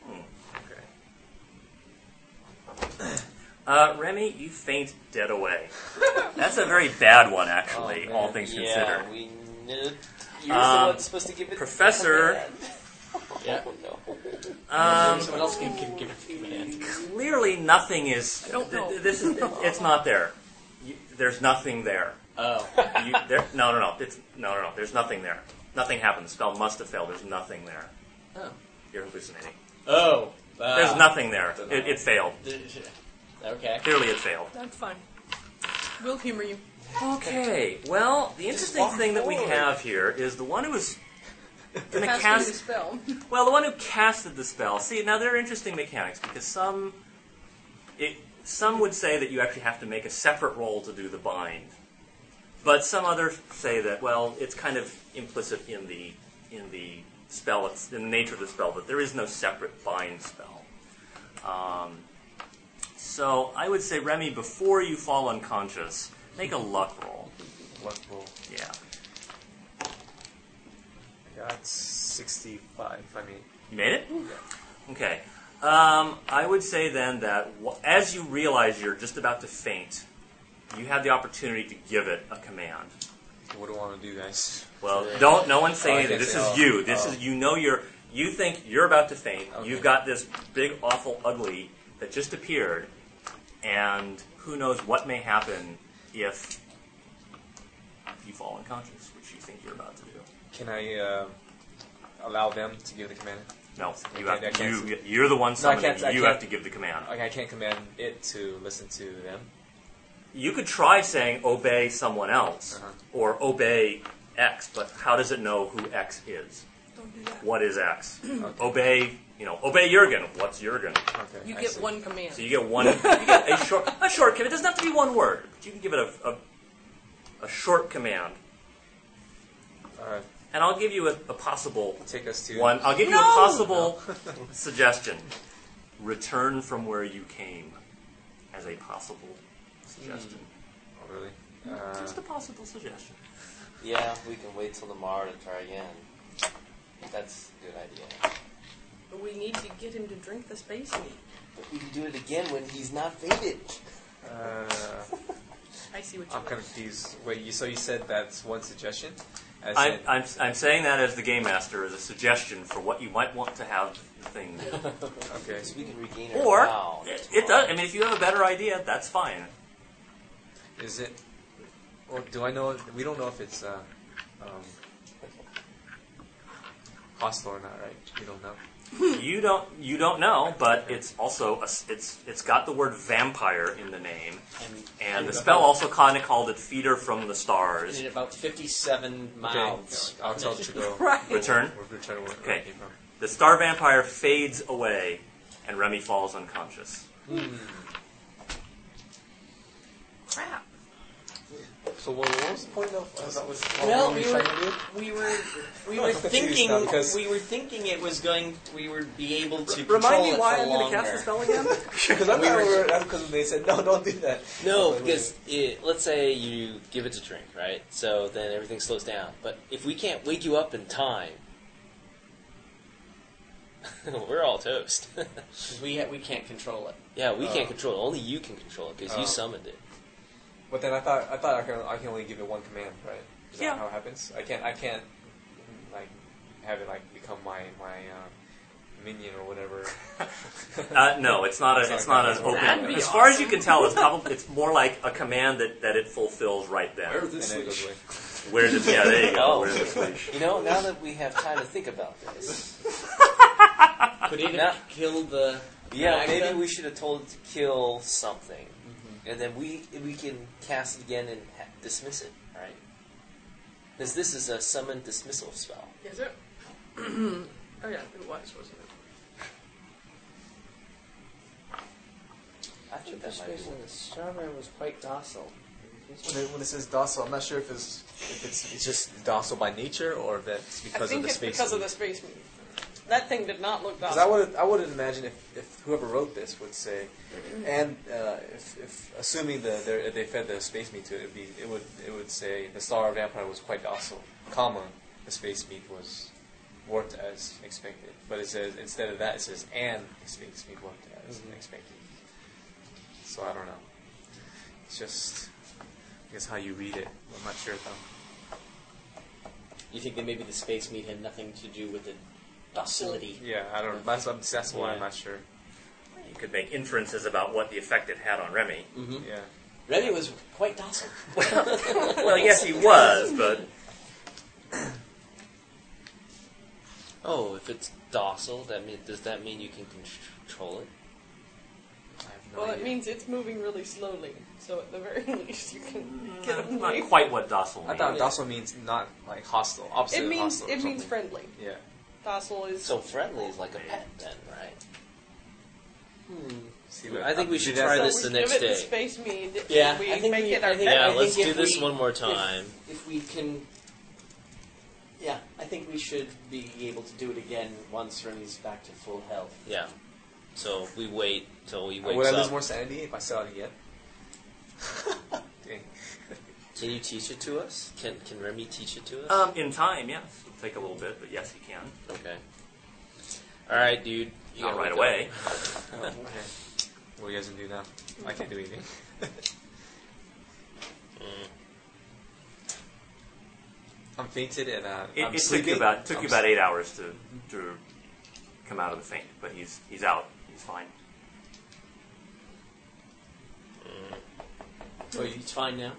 Speaker 2: Hmm, okay. Uh, Remy, you faint dead away. That's a very bad one, actually,
Speaker 8: Oh, man.
Speaker 2: all things
Speaker 8: yeah,
Speaker 2: considered.
Speaker 8: we knew. You're
Speaker 2: Um,
Speaker 8: the one supposed to give it.
Speaker 2: Professor,
Speaker 5: Yeah.
Speaker 2: um,
Speaker 5: Someone else can, can give it to me.
Speaker 2: clearly nothing is. th- th- This is. It's not there. You, there's nothing there.
Speaker 5: Oh.
Speaker 2: You, there. No, no, no. It's no, no, no. There's nothing there. Nothing happened. The spell must have failed. There's nothing there.
Speaker 5: Oh.
Speaker 2: You're hallucinating.
Speaker 5: Oh. Uh,
Speaker 2: There's nothing there. It, it failed.
Speaker 5: Okay.
Speaker 2: Clearly, it failed.
Speaker 3: That's fine. We'll humor you.
Speaker 2: Okay. Well, the interesting
Speaker 8: walk
Speaker 2: thing that we
Speaker 8: forward.
Speaker 2: have here is the one who was going to
Speaker 3: That's
Speaker 2: cast
Speaker 3: the spell.
Speaker 2: Well, the one who casted the spell. See, now there are interesting mechanics because some, it, some would say that you actually have to make a separate roll to do the bind, but some others say that well, it's kind of implicit in the in the spell, it's in the nature of the spell, that there is no separate bind spell. Um, so I would say, Remy, before you fall unconscious, make a luck roll.
Speaker 4: Luck roll.
Speaker 2: Yeah,
Speaker 4: I got 65. I mean,
Speaker 2: You made it? Okay. Um, I would say then that w- as you realize you're just about to faint, you have the opportunity to give it a command.
Speaker 4: what do I want to do, guys?
Speaker 2: Well, don't. No one say
Speaker 4: Oh, I
Speaker 2: anything.
Speaker 4: can't
Speaker 2: This
Speaker 4: say-
Speaker 2: is
Speaker 4: oh,
Speaker 2: you. This
Speaker 4: oh.
Speaker 2: is you know you're. You think you're about to faint.
Speaker 4: Okay.
Speaker 2: You've got this big, awful, ugly that just appeared, and who knows what may happen if you fall unconscious, which you think you're about to do.
Speaker 4: Can I uh, allow them to give the command?
Speaker 2: No, you
Speaker 4: Okay, I
Speaker 2: have,
Speaker 4: can't-
Speaker 2: you, you're the one summoning.
Speaker 4: can't- I
Speaker 2: you
Speaker 4: can't-
Speaker 2: have to give the command.
Speaker 4: Like, I can't command it to listen to them.
Speaker 2: You could try saying obey someone else
Speaker 4: Uh-huh.
Speaker 2: or obey X, but how does it know who X is?
Speaker 3: Don't do that.
Speaker 2: What is X?
Speaker 4: Okay.
Speaker 2: Obey, you know, obey Jurgen. What's Jurgen?
Speaker 4: Okay,
Speaker 3: Oh. You
Speaker 4: I
Speaker 3: get
Speaker 4: see.
Speaker 3: one command.
Speaker 2: So you get one, you get a short, a short command. It doesn't have to be one word, but you can give it a, a, a short command.
Speaker 4: Alright,
Speaker 2: And I'll give you a, a possible
Speaker 4: take us to.
Speaker 2: one. I'll give you
Speaker 3: No!
Speaker 2: a possible suggestion. Return from where you came as a possible suggestion.
Speaker 4: Oh, really? Uh,
Speaker 2: Just a possible suggestion.
Speaker 8: Yeah, we can wait till tomorrow to try again. That's a good idea.
Speaker 3: But we need to get him to drink the space meat.
Speaker 8: But we can do it again when he's not fainted.
Speaker 4: uh,
Speaker 3: I see what you
Speaker 4: I'm
Speaker 3: mean.
Speaker 4: confused. Wait, you so you said that's one suggestion? As
Speaker 2: I'm,
Speaker 4: in-
Speaker 2: I'm, I'm saying that as the game master as a suggestion for what you might want to have the thing do.
Speaker 4: okay.
Speaker 8: So we can regain our
Speaker 2: or
Speaker 8: power
Speaker 2: it, it
Speaker 8: tomorrow.
Speaker 2: does. I mean, if you have a better idea, that's fine.
Speaker 4: Is it? Or do I know? We don't know if it's uh, um, hostile or not, right? We don't know.
Speaker 2: You don't you don't know, but it's also a s it's it's got the word vampire in the name,
Speaker 5: And,
Speaker 2: and the spell also kind of called it feeder from the stars.
Speaker 5: In about 57 miles.
Speaker 4: Okay, I'll tell them to go.
Speaker 3: Right.
Speaker 2: Return.
Speaker 4: We'll return where
Speaker 2: Okay.
Speaker 4: it came from.
Speaker 2: The star vampire fades away, and Remy falls unconscious.
Speaker 3: Crap.
Speaker 4: So what what was the point of uh, that was?
Speaker 5: Well,
Speaker 4: what
Speaker 5: we
Speaker 4: were
Speaker 5: were,
Speaker 4: trying to do?
Speaker 5: we were, we were
Speaker 4: I'm confused
Speaker 5: thinking,
Speaker 4: now because-
Speaker 5: we were thinking it was going, we would be able to
Speaker 4: Remind
Speaker 5: control
Speaker 4: me
Speaker 5: it
Speaker 4: why
Speaker 5: for
Speaker 4: I'm
Speaker 5: longer.
Speaker 4: gonna cast the spell again? Because I
Speaker 5: We
Speaker 4: thought
Speaker 5: were-
Speaker 4: we were. That's because they said no, don't do that. Oh,
Speaker 7: No, because it, let's say you give it to drink, right? So then everything slows down. But if we can't wake you up in time, we're all toast.
Speaker 5: 'Cause we, we can't control it.
Speaker 7: yeah, we
Speaker 4: Oh.
Speaker 7: can't control it. Only you can control it because
Speaker 4: Oh.
Speaker 7: you summoned it.
Speaker 4: But then I thought I thought I can, I can only give it one command, right? Is
Speaker 3: Yeah.
Speaker 4: that how it happens? I can't I can't like have it like become my my um, minion or whatever.
Speaker 2: Uh, no, it's not a. It's not an
Speaker 4: That'd
Speaker 2: open.
Speaker 4: be
Speaker 2: As far as you can tell, it's probably it's more like a command that, that it fulfills right then.
Speaker 4: and then it goes away.
Speaker 2: Where does yeah? There you
Speaker 4: Oh.
Speaker 2: go. Where does it
Speaker 8: You know, now that we have time to think about this,
Speaker 5: Could it
Speaker 8: Now-
Speaker 5: have killed the?
Speaker 8: yeah,
Speaker 5: Magda?
Speaker 8: maybe we should have told it to kill something, and then we we can cast it again and ha- dismiss it, right? Because this is a summon dismissal spell.
Speaker 3: Is it? oh yeah, it was, wasn't it?
Speaker 8: I think that might be one.
Speaker 9: the strawberry was quite docile.
Speaker 4: When it, when it says docile, I'm not sure if it's if it's, it's just docile by nature or if that's
Speaker 10: I
Speaker 4: because
Speaker 10: think
Speaker 4: of the
Speaker 10: it's
Speaker 4: space.
Speaker 10: because of the space move. That thing did not look
Speaker 4: Because I
Speaker 10: docile.
Speaker 4: would I would imagine if, if whoever wrote this would say, and uh, if, if assuming the their- they fed the space meat to it, it'd be, it would it would say the star vampire was quite docile, comma the space meat was worked as expected. But it says instead of that it says and the space meat worked as expected. So I don't know. It's just I guess how you read it. I'm not sure though.
Speaker 5: You think that maybe the space meat had nothing to do with the docility?
Speaker 4: Yeah, I don't. That's that's why I'm
Speaker 5: Yeah.
Speaker 4: not sure.
Speaker 2: You could make inferences about what the effect it had on Remy.
Speaker 4: Yeah.
Speaker 5: Remy was quite docile.
Speaker 2: Well, yes, he was, but
Speaker 7: Oh, if it's docile, that mean, does that mean you can control it?
Speaker 4: I have no
Speaker 10: Well, it
Speaker 4: idea.
Speaker 10: means it's moving really slowly, so at the very least you can get
Speaker 2: uh,
Speaker 10: them
Speaker 2: not quite what docile
Speaker 4: I
Speaker 2: means.
Speaker 4: thought docile means not like hostile. Opposite
Speaker 10: It
Speaker 4: of
Speaker 10: means
Speaker 4: hostile or
Speaker 10: it means
Speaker 4: something.
Speaker 10: friendly.
Speaker 4: Yeah.
Speaker 10: Docile is
Speaker 7: So friendly is like a pet, then, right?
Speaker 4: See,
Speaker 7: I think we should try
Speaker 10: so we
Speaker 7: this the
Speaker 10: give
Speaker 7: next
Speaker 10: it
Speaker 7: day.
Speaker 10: The space mead. and
Speaker 9: Yeah,
Speaker 10: we
Speaker 9: I think
Speaker 10: make
Speaker 9: we-
Speaker 10: it our
Speaker 9: I think-
Speaker 10: pet.
Speaker 7: Yeah,
Speaker 9: I
Speaker 7: let's
Speaker 9: think
Speaker 7: do
Speaker 9: if
Speaker 7: this
Speaker 9: we-
Speaker 7: one more
Speaker 9: if-
Speaker 7: time.
Speaker 9: If we can, yeah, I think we should be able to do it again once Remy's back to full health.
Speaker 7: Yeah. So we wait till he
Speaker 4: Would
Speaker 7: wakes
Speaker 4: I lose
Speaker 7: up.
Speaker 4: more sanity if I sell it again? Dang.
Speaker 7: Can you teach it to us? Can Can Remy teach it to
Speaker 9: Uh,
Speaker 7: us?
Speaker 2: Um, in time, yes, it'll take a little bit, but yes, he can.
Speaker 7: okay. All right, dude. You
Speaker 2: Not
Speaker 7: gotta
Speaker 2: right
Speaker 7: wake
Speaker 2: away.
Speaker 4: Oh, okay. What are you guys gonna do now? I can't do anything. I'm fainted and uh,
Speaker 2: It,
Speaker 4: I'm
Speaker 2: it took
Speaker 4: sleeping.
Speaker 2: you about took
Speaker 4: I'm
Speaker 2: you about eight hours to to come out of the faint, but he's he's out. He's fine.
Speaker 9: So it's Oh, fine now.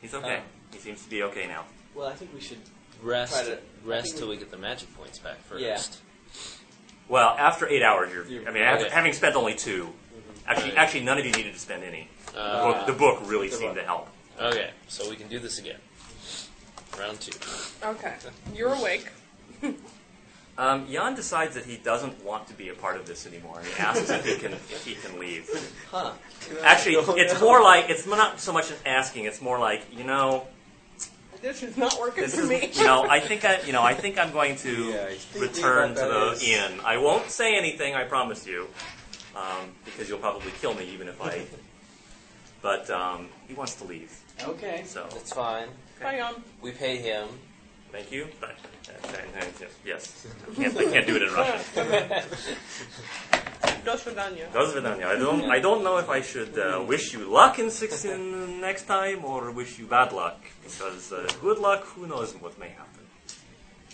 Speaker 2: He's okay.
Speaker 9: Oh.
Speaker 2: He seems to be okay now.
Speaker 9: Well, I think we should.
Speaker 7: up. Rest.
Speaker 9: Try to-
Speaker 7: Rest
Speaker 9: I
Speaker 7: till
Speaker 9: think
Speaker 7: we get the magic points back first.
Speaker 9: Yeah.
Speaker 2: Well, after eight hours, you're. I mean, after,
Speaker 7: okay.
Speaker 2: having spent only two,
Speaker 9: Mm-hmm.
Speaker 2: actually,
Speaker 7: Okay.
Speaker 2: actually, none of you needed to spend any. The
Speaker 7: Uh,
Speaker 2: book, the book really
Speaker 9: the
Speaker 2: seemed
Speaker 9: book.
Speaker 2: to help.
Speaker 7: okay. So we can do this again. Round two.
Speaker 3: Okay, you're awake.
Speaker 2: Um, Jan decides that he doesn't want to be a part of this anymore, and he asks if he can if he can leave.
Speaker 9: Huh.
Speaker 2: Actually, it's more like it's not so much an asking; it's more like you know,
Speaker 10: This is not working
Speaker 2: this
Speaker 10: for
Speaker 2: is
Speaker 10: me.
Speaker 2: you know, I think I you know, I think I'm going to
Speaker 4: Yeah, he's thinking
Speaker 2: return to
Speaker 4: about
Speaker 2: the
Speaker 4: that is-
Speaker 2: inn. I won't say anything, I promise you, um, because you'll probably kill me even if I. But um, he wants to leave,
Speaker 9: Okay.
Speaker 2: so
Speaker 8: That's fine.
Speaker 10: Hang on.
Speaker 8: We pay him.
Speaker 2: thank you. But, uh, yes, I can't, I can't do it in Russian.
Speaker 10: До свидания.
Speaker 2: Those are done, yeah. I don't. I don't know if I should uh, wish you luck in six in next time or wish you bad luck because uh, good luck. Who knows what may happen?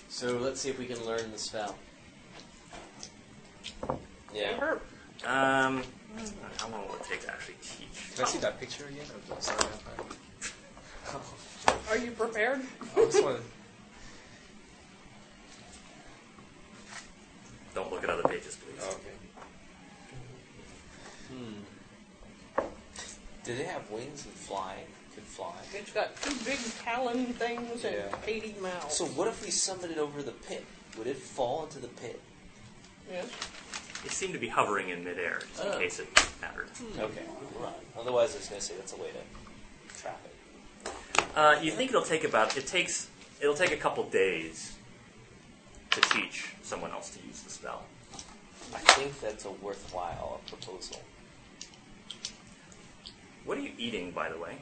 Speaker 9: So let's see if we can learn the spell.
Speaker 8: Yeah.
Speaker 10: Herb.
Speaker 2: Um, how long will it take to actually teach?
Speaker 4: Can I see that picture again? Of the star vampire?
Speaker 10: Are you prepared?
Speaker 4: Oh, this one.
Speaker 2: Don't look at other pages, please.
Speaker 4: Oh, okay.
Speaker 8: Did it have wings and fly? Could fly.
Speaker 10: It's got two big talon things and
Speaker 4: Yeah.
Speaker 10: 80 mouths.
Speaker 8: So what if we summoned it over the pit? Would it fall into the pit?
Speaker 10: yes.
Speaker 2: It seemed to be hovering in midair, just
Speaker 10: Oh.
Speaker 2: in case it mattered.
Speaker 10: Hmm.
Speaker 8: Okay. Right. Otherwise, I was going to say that's a way to trap it.
Speaker 2: Uh, you think it'll take about? It takes. It'll take a couple days to teach someone else to use the spell.
Speaker 8: I think that's a worthwhile proposal.
Speaker 2: What are you eating, by the way?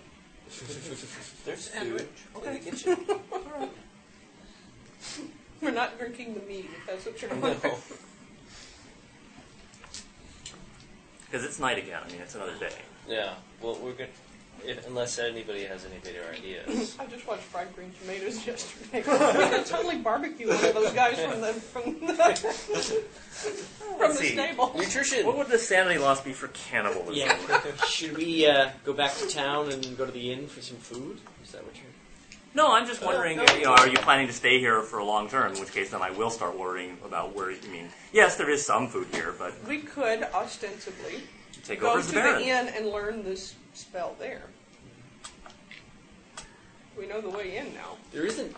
Speaker 8: There's food in the kitchen.
Speaker 10: We're not drinking the mead, if that's what you're wondering.
Speaker 8: no.
Speaker 2: Because it's night again. I mean, it's another day.
Speaker 8: Yeah. Well, we're good.
Speaker 7: If, unless anybody has any better ideas.
Speaker 10: I just watched Fried Green Tomatoes yesterday. we could totally barbecue all those guys from the from the, Oh, from the
Speaker 2: see.
Speaker 10: stable.
Speaker 5: Nutrition.
Speaker 2: What would the sanity loss be for cannibalism?
Speaker 5: Yeah. Should we uh, go back to town and go to the inn for some food? Is that what you're?
Speaker 2: No, I'm
Speaker 10: Oh,
Speaker 2: just wondering, you know, are you planning to stay here for a long term? In which case, then I will start worrying about where. I mean, yes, there is some food here, but
Speaker 10: We could ostensibly
Speaker 2: take
Speaker 10: go
Speaker 2: over
Speaker 10: to
Speaker 2: as the
Speaker 10: the
Speaker 2: Baron.
Speaker 10: inn and learn this spell there. We know the way in now.
Speaker 5: There isn't.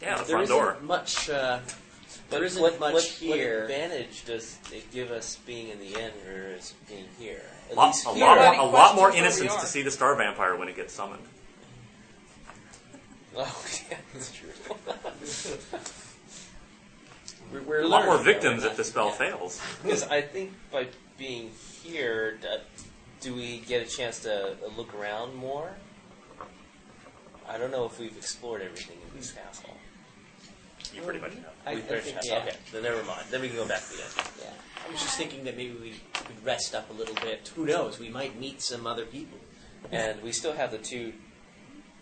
Speaker 2: yeah, the
Speaker 5: there
Speaker 2: front
Speaker 5: isn't
Speaker 2: door.
Speaker 5: much. Uh, there isn't
Speaker 7: what,
Speaker 5: much
Speaker 7: what,
Speaker 5: here.
Speaker 7: What advantage does it give us being in the inn versus being here? At
Speaker 2: Lot-
Speaker 7: least
Speaker 2: a
Speaker 7: here.
Speaker 2: lot, more, a
Speaker 10: Nobody
Speaker 2: lot more
Speaker 10: questions where we
Speaker 2: innocence to
Speaker 10: are.
Speaker 2: see the star vampire when it gets summoned.
Speaker 7: Oh, yeah, that's true.
Speaker 5: we're, we're
Speaker 2: A lot more
Speaker 5: learning,
Speaker 2: victims
Speaker 5: though.
Speaker 2: if the spell
Speaker 5: Yeah.
Speaker 2: fails.
Speaker 7: Because I think by being here, d- do we get a chance to look around more? I don't know if we've explored everything in this castle.
Speaker 2: You pretty much know.
Speaker 5: I, I
Speaker 7: We've pretty
Speaker 5: think,
Speaker 7: much-
Speaker 5: yeah,
Speaker 7: Okay, then never mind. Then we can go back to the inn.
Speaker 5: yeah. I was just thinking that maybe we could rest up a little bit. Who knows? We might meet some other people.
Speaker 7: And we still have the two.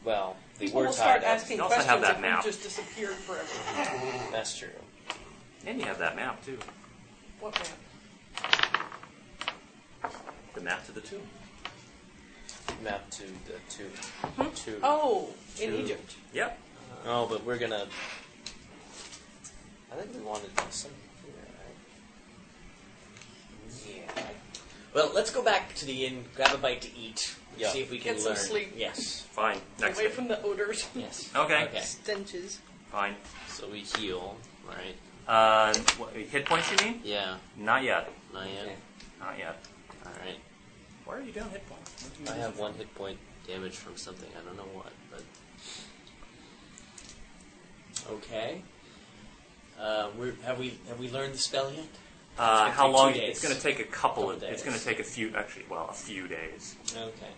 Speaker 7: Well, the
Speaker 10: People
Speaker 7: word
Speaker 10: will start
Speaker 7: tied up.
Speaker 10: asking
Speaker 2: You also have
Speaker 10: questions
Speaker 2: that
Speaker 10: if
Speaker 2: map.
Speaker 10: we just disappeared forever.
Speaker 7: That's true.
Speaker 2: And you have that map too.
Speaker 10: What map?
Speaker 2: The map to the tomb.
Speaker 7: Map to the two. two.
Speaker 10: Oh, in
Speaker 7: Two.
Speaker 10: Egypt.
Speaker 2: Yep.
Speaker 7: Oh, but we're gonna. I think we wanted to do something here, right? Yeah.
Speaker 5: Well, let's go back to the inn, grab a bite to eat,
Speaker 7: Yeah.
Speaker 5: see if we can
Speaker 10: Get some
Speaker 5: learn.
Speaker 10: sleep.
Speaker 5: Yes.
Speaker 2: Fine. Next.
Speaker 10: Away
Speaker 2: day.
Speaker 10: from the odors.
Speaker 5: Yes.
Speaker 2: Okay.
Speaker 5: Okay.
Speaker 10: Stenches.
Speaker 2: Fine.
Speaker 7: So we heal, right?
Speaker 2: Uh, what, hit points, you mean?
Speaker 7: Yeah.
Speaker 2: Not yet.
Speaker 7: Not yet.
Speaker 5: Okay.
Speaker 2: Not yet.
Speaker 7: All right.
Speaker 2: Why are you down hit points?
Speaker 7: I have one hit point damage from something. I don't know what, but
Speaker 5: Okay. Uh, we're, have we have we learned the spell yet?
Speaker 2: Uh,
Speaker 5: It's gonna
Speaker 2: how
Speaker 5: take
Speaker 2: long?
Speaker 5: two
Speaker 2: It's
Speaker 5: days.
Speaker 2: going to take a couple of.
Speaker 5: Couple
Speaker 2: It's going to
Speaker 5: days.
Speaker 2: take a few. Actually, well, a few days.
Speaker 5: Okay.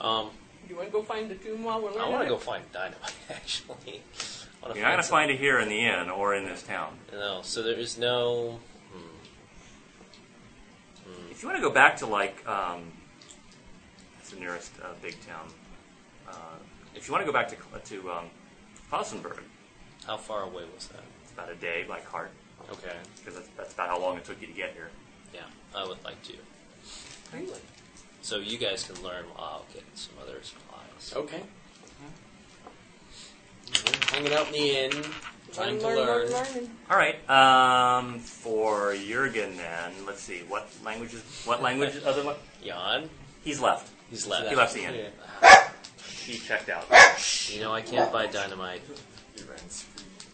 Speaker 7: um,
Speaker 10: You want to go find the tomb while we're
Speaker 7: I
Speaker 10: learning?
Speaker 7: want to
Speaker 10: it?
Speaker 7: go find dynamite. Actually, I wanna
Speaker 2: You're not going to
Speaker 7: some-
Speaker 2: find it here in the inn or in this town.
Speaker 7: No. So there is no.
Speaker 2: If you want to go back to like, um, that's the nearest uh, big town. Uh, if you want to go back to Cl- to um, Fossenburg,
Speaker 7: How far away was that?
Speaker 2: it's about a day by cart
Speaker 7: Okay.
Speaker 2: because that's, that's about how long it took you to get here.
Speaker 7: Yeah, I would like to.
Speaker 10: Really?
Speaker 7: So you guys can learn while I'll get some other supplies.
Speaker 5: Okay. Hanging out in the inn, trying to learn.
Speaker 10: learn, learn.
Speaker 2: All right. Um, for Jurgen, then let's see what languages. What language? other one?
Speaker 7: Jan,
Speaker 2: He's left.
Speaker 7: he's left.
Speaker 2: He left the inn.
Speaker 5: Yeah.
Speaker 2: He checked out.
Speaker 7: You know, I can't buy dynamite.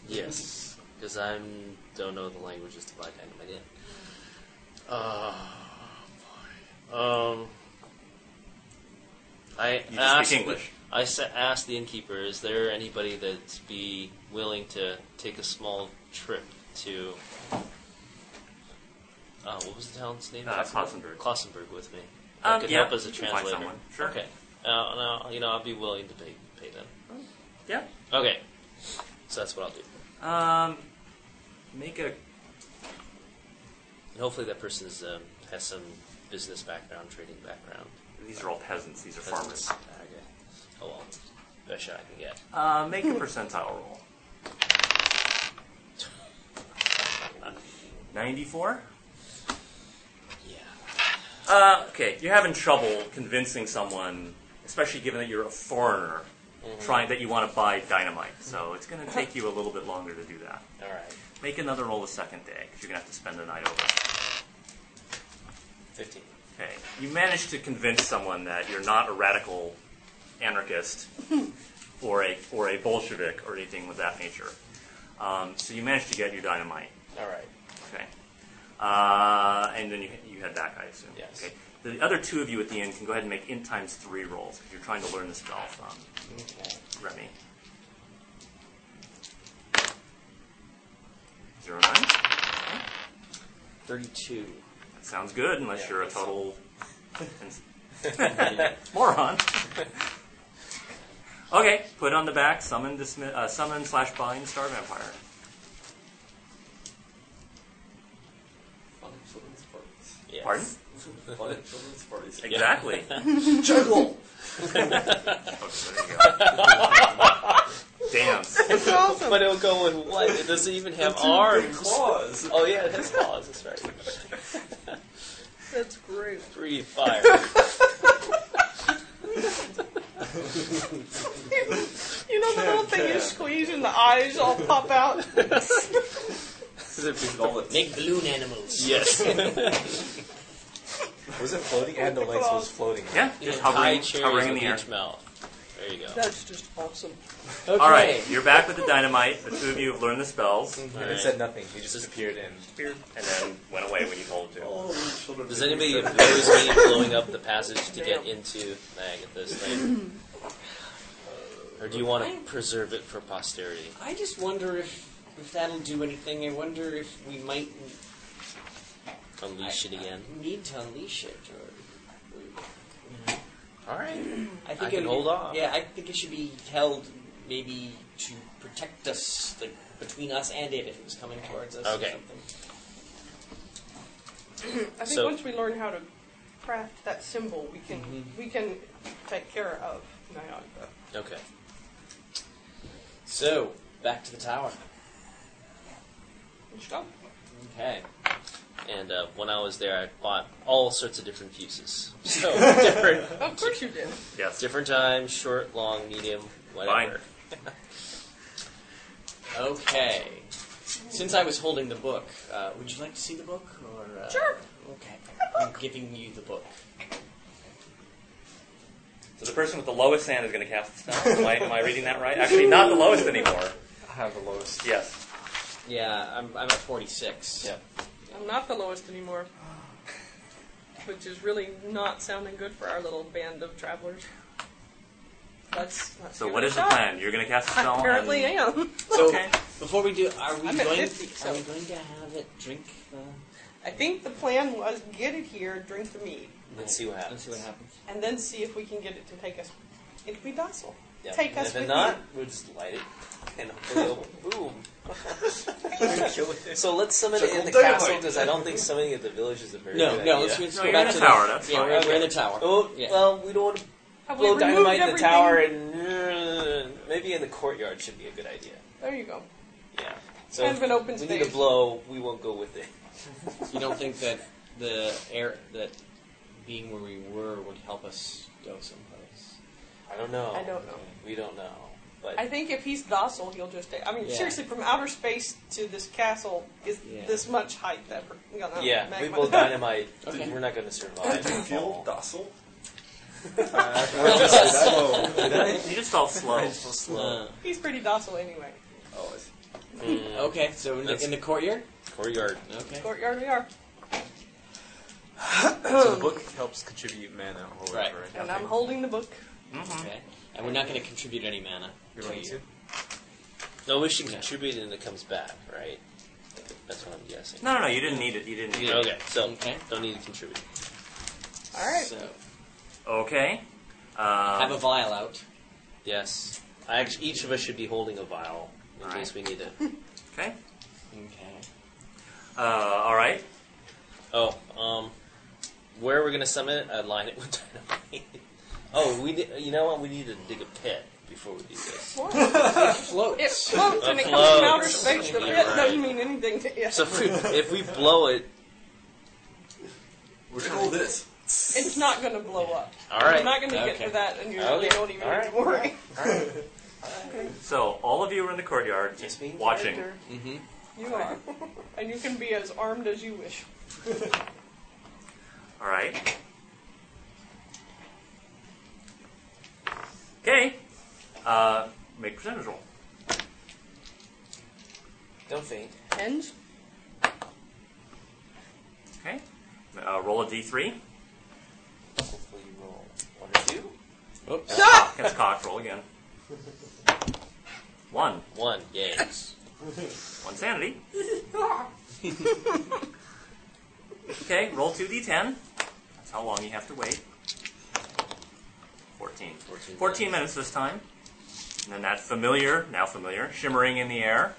Speaker 7: Yes, because I don't know the languages to buy dynamite in. Oh Ah, boy. Um, I
Speaker 2: You just
Speaker 7: asked,
Speaker 2: speak English.
Speaker 7: I sa- asked the innkeeper, "Is there anybody that'd be willing to take a small trip to?" Uh, what was the town's name?
Speaker 2: Uh, Klausenberg.
Speaker 7: Klausenberg with me.
Speaker 2: Um,
Speaker 7: I could
Speaker 2: yeah,
Speaker 7: help as a
Speaker 2: you can find
Speaker 7: translator.
Speaker 2: someone, sure.
Speaker 7: Okay. Uh, no, you know, I'd be willing to pay pay them.
Speaker 2: Yeah.
Speaker 7: Okay. So that's what I'll do.
Speaker 2: Um, make a
Speaker 7: And hopefully that person is, um, has some business background, trading background.
Speaker 2: These are all peasants. These are
Speaker 7: Peasants.
Speaker 2: farmers.
Speaker 7: Okay. Oh well. Best shot I can get.
Speaker 2: Uh, make a percentile roll. Ninety-four.
Speaker 7: Yeah.
Speaker 2: Uh, okay, you're having trouble convincing someone, especially given that you're a foreigner, trying that you want to buy dynamite. So it's going to take you a little bit longer to do that.
Speaker 7: All right.
Speaker 2: Make another roll the second day because you're going to have to spend the night over.
Speaker 7: Fifteen.
Speaker 2: Okay, you managed to convince someone that you're not a radical anarchist or a or a Bolshevik or anything of that nature. Um, so you managed to get your dynamite.
Speaker 7: All right.
Speaker 2: Okay, uh, and then you you head back, I assume.
Speaker 7: Yes.
Speaker 2: Okay. The other two of you at the end can go ahead and make in times three rolls because you're trying to learn the spell from
Speaker 7: Okay.
Speaker 2: Remy. Zero nine.
Speaker 5: Thirty-two.
Speaker 2: That sounds good unless
Speaker 7: Yeah,
Speaker 2: you're a
Speaker 7: that's all.
Speaker 2: total moron. okay, put on the back. Summon, dismi- uh, summon slash bind star vampire.
Speaker 7: Yes.
Speaker 2: Pardon? Fun children's parties. Exactly.
Speaker 5: Juggle!
Speaker 2: Dance.
Speaker 3: It's awesome.
Speaker 7: But it'll go in what? It doesn't even have arms.
Speaker 4: Claws.
Speaker 7: Oh yeah, it has claws. That's right.
Speaker 3: That's great.
Speaker 7: Breathe fire.
Speaker 3: You know the little thing you squeeze and the eyes all pop out?
Speaker 12: Make balloon animals.
Speaker 7: yes.
Speaker 4: Was it floating? And the
Speaker 3: With the
Speaker 4: legs
Speaker 3: claws.
Speaker 4: was floating.
Speaker 2: Yeah, just hovering, hovering in the air.
Speaker 7: each mouth. There you go.
Speaker 3: That's just awesome.
Speaker 12: Okay.
Speaker 2: All right, you're back with the dynamite. The two of you have learned the spells,
Speaker 7: Mm-hmm.
Speaker 2: and
Speaker 4: And it said nothing. He just appeared in.
Speaker 2: then went away when you told him to.
Speaker 7: Does anybody oppose me blowing up the passage to get into Magnus thing? Or do you want to preserve it for posterity?
Speaker 5: I just wonder if, if that'll do anything. I wonder if we might
Speaker 7: Unleash it again?
Speaker 5: need to unleash it. Or,
Speaker 7: Alright.
Speaker 5: I think
Speaker 7: I
Speaker 5: it
Speaker 7: can
Speaker 5: would-
Speaker 7: hold off.
Speaker 5: Yeah, I think it should be held maybe to protect us, like between us and it, if it was coming towards us
Speaker 7: Okay.
Speaker 5: or something.
Speaker 3: I think
Speaker 7: So-
Speaker 3: once we learn how to craft that symbol, we can we can take care of Nyanga.
Speaker 7: Okay.
Speaker 5: So, back to the tower.
Speaker 3: Let's go.
Speaker 5: Okay.
Speaker 7: And uh, when I was there, I bought all sorts of different fuses. So, different,
Speaker 3: Of course you did.
Speaker 2: Yes.
Speaker 7: different times, short, long, medium, whatever.
Speaker 5: Okay. Since I was holding the book, uh, would you like to see the book? Or, uh,
Speaker 3: Sure.
Speaker 5: Okay. I'm giving you the book.
Speaker 2: So the person with the lowest sand is going to cast the spell. Am I, am I reading that right? Actually, not the lowest anymore.
Speaker 4: I have the lowest.
Speaker 2: Yes.
Speaker 5: Yeah, I'm, I'm at 46.
Speaker 4: Yeah.
Speaker 3: I'm not the lowest anymore. Which is really not sounding good for our little band of travelers. Let's, let's
Speaker 2: So
Speaker 3: give
Speaker 2: what
Speaker 3: it a
Speaker 2: is the
Speaker 3: shot.
Speaker 2: plan? You're going to cast a spell.
Speaker 3: I apparently
Speaker 2: and-
Speaker 3: am.
Speaker 5: So,
Speaker 2: Okay.
Speaker 5: before we do, are we,
Speaker 3: I'm at
Speaker 5: going,
Speaker 3: 50, so-
Speaker 5: are we going to have it drink uh, the.
Speaker 3: I think the plan was get it here, drink the mead,
Speaker 7: Let's see what
Speaker 5: Let's
Speaker 7: happens.
Speaker 5: see what happens.
Speaker 3: and then see if we can get it to take us. It'd be docile.
Speaker 7: Yeah.
Speaker 3: Take
Speaker 7: and
Speaker 3: us
Speaker 7: if
Speaker 3: with
Speaker 7: it not,
Speaker 3: you.
Speaker 7: we'll just light it. And hopefully it'll- boom. So let's summon it in the castle because I don't think summoning at the village is a very
Speaker 5: No,
Speaker 7: good
Speaker 5: no,
Speaker 7: idea.
Speaker 5: let's, let's
Speaker 2: No,
Speaker 5: go
Speaker 2: you're
Speaker 5: back
Speaker 2: in
Speaker 5: to
Speaker 2: the tower, that's
Speaker 5: yeah,
Speaker 2: fine.
Speaker 5: we're, we're in the tower.
Speaker 7: Oh,
Speaker 5: yeah.
Speaker 7: well, we don't want to
Speaker 3: Have we
Speaker 7: blow
Speaker 3: removed
Speaker 7: dynamite in the
Speaker 3: everything?
Speaker 7: tower and uh, maybe in the courtyard should be a good idea.
Speaker 3: There you go.
Speaker 7: Yeah. So
Speaker 3: Kind of
Speaker 7: if
Speaker 3: an open
Speaker 7: we
Speaker 3: space.
Speaker 7: need to blow. We won't go with it.
Speaker 5: You don't think that the air that being where we were would help us go someplace?
Speaker 7: I don't know.
Speaker 3: I don't know.
Speaker 7: We don't know. But
Speaker 3: I think if he's docile, he'll just take. I mean,
Speaker 5: Yeah.
Speaker 3: seriously, from outer space to this castle is
Speaker 5: Yeah.
Speaker 3: this much height that we're gonna.
Speaker 7: yeah,
Speaker 3: make
Speaker 7: we
Speaker 3: my-
Speaker 7: blow dynamite.
Speaker 5: Okay.
Speaker 7: We're not going to survive.
Speaker 4: feel docile? Uh,
Speaker 2: You just felt slow.
Speaker 5: Uh,
Speaker 3: he's pretty docile anyway.
Speaker 4: Oh,
Speaker 7: Mm,
Speaker 5: okay, so in the,
Speaker 7: That's-
Speaker 5: in the courtyard?
Speaker 7: Courtyard.
Speaker 5: Okay.
Speaker 3: Courtyard we are,
Speaker 4: so the book helps contribute mana or
Speaker 5: Right.
Speaker 4: whatever. I
Speaker 3: and
Speaker 4: think.
Speaker 3: I'm holding the book.
Speaker 2: Mm-hmm.
Speaker 5: Okay. And we're not going to contribute any mana.
Speaker 4: You
Speaker 5: to
Speaker 4: want
Speaker 5: you.
Speaker 4: to?
Speaker 7: No, we should contribute and it comes back, right? That's what I'm guessing.
Speaker 2: No, no, no. You didn't need it. You didn't need it.
Speaker 7: Okay, so
Speaker 5: Okay.
Speaker 7: don't need to contribute.
Speaker 3: All right.
Speaker 5: So,
Speaker 2: Okay.
Speaker 5: have a
Speaker 2: Um,
Speaker 5: vial out.
Speaker 7: Yes. I actually, each of us should be holding a vial in
Speaker 2: Alright.
Speaker 7: case we need to.
Speaker 2: okay.
Speaker 5: Okay.
Speaker 2: Uh, all right.
Speaker 7: Oh, um, where we're gonna summon it, I line it with dynamite. oh, we did, you know what? We need to dig a pit before we do this.
Speaker 5: It floats.
Speaker 3: It floats and it
Speaker 7: It
Speaker 3: comes from outer
Speaker 7: floats.
Speaker 3: space. The
Speaker 7: You're
Speaker 3: pit
Speaker 7: right.
Speaker 3: doesn't mean anything to you.
Speaker 7: So if we, if we blow it,
Speaker 4: We're gonna hold this.
Speaker 3: it's not going to blow up.
Speaker 7: all
Speaker 3: You're
Speaker 7: right.
Speaker 3: not going to
Speaker 5: Okay.
Speaker 3: get to that, and you
Speaker 7: Okay.
Speaker 3: really don't even
Speaker 7: All
Speaker 3: need
Speaker 7: right.
Speaker 3: to worry.
Speaker 2: So all of you are in the courtyard,
Speaker 7: Just being
Speaker 2: watching.
Speaker 7: character.
Speaker 3: You are, and you can be as armed as you wish.
Speaker 2: All right. Okay. Uh, make percentage roll.
Speaker 7: Don't faint.
Speaker 3: And
Speaker 2: Okay. Uh, roll a d3.
Speaker 7: Hopefully you roll one or two.
Speaker 5: Oops.
Speaker 2: Against cock. Ah, Roll again. One.
Speaker 7: One. Yay.
Speaker 2: One sanity. okay. Roll two d10. That's how long you have to wait. Fourteen.
Speaker 7: 14
Speaker 2: 14 minutes this time. And then that familiar, now familiar, shimmering in the air.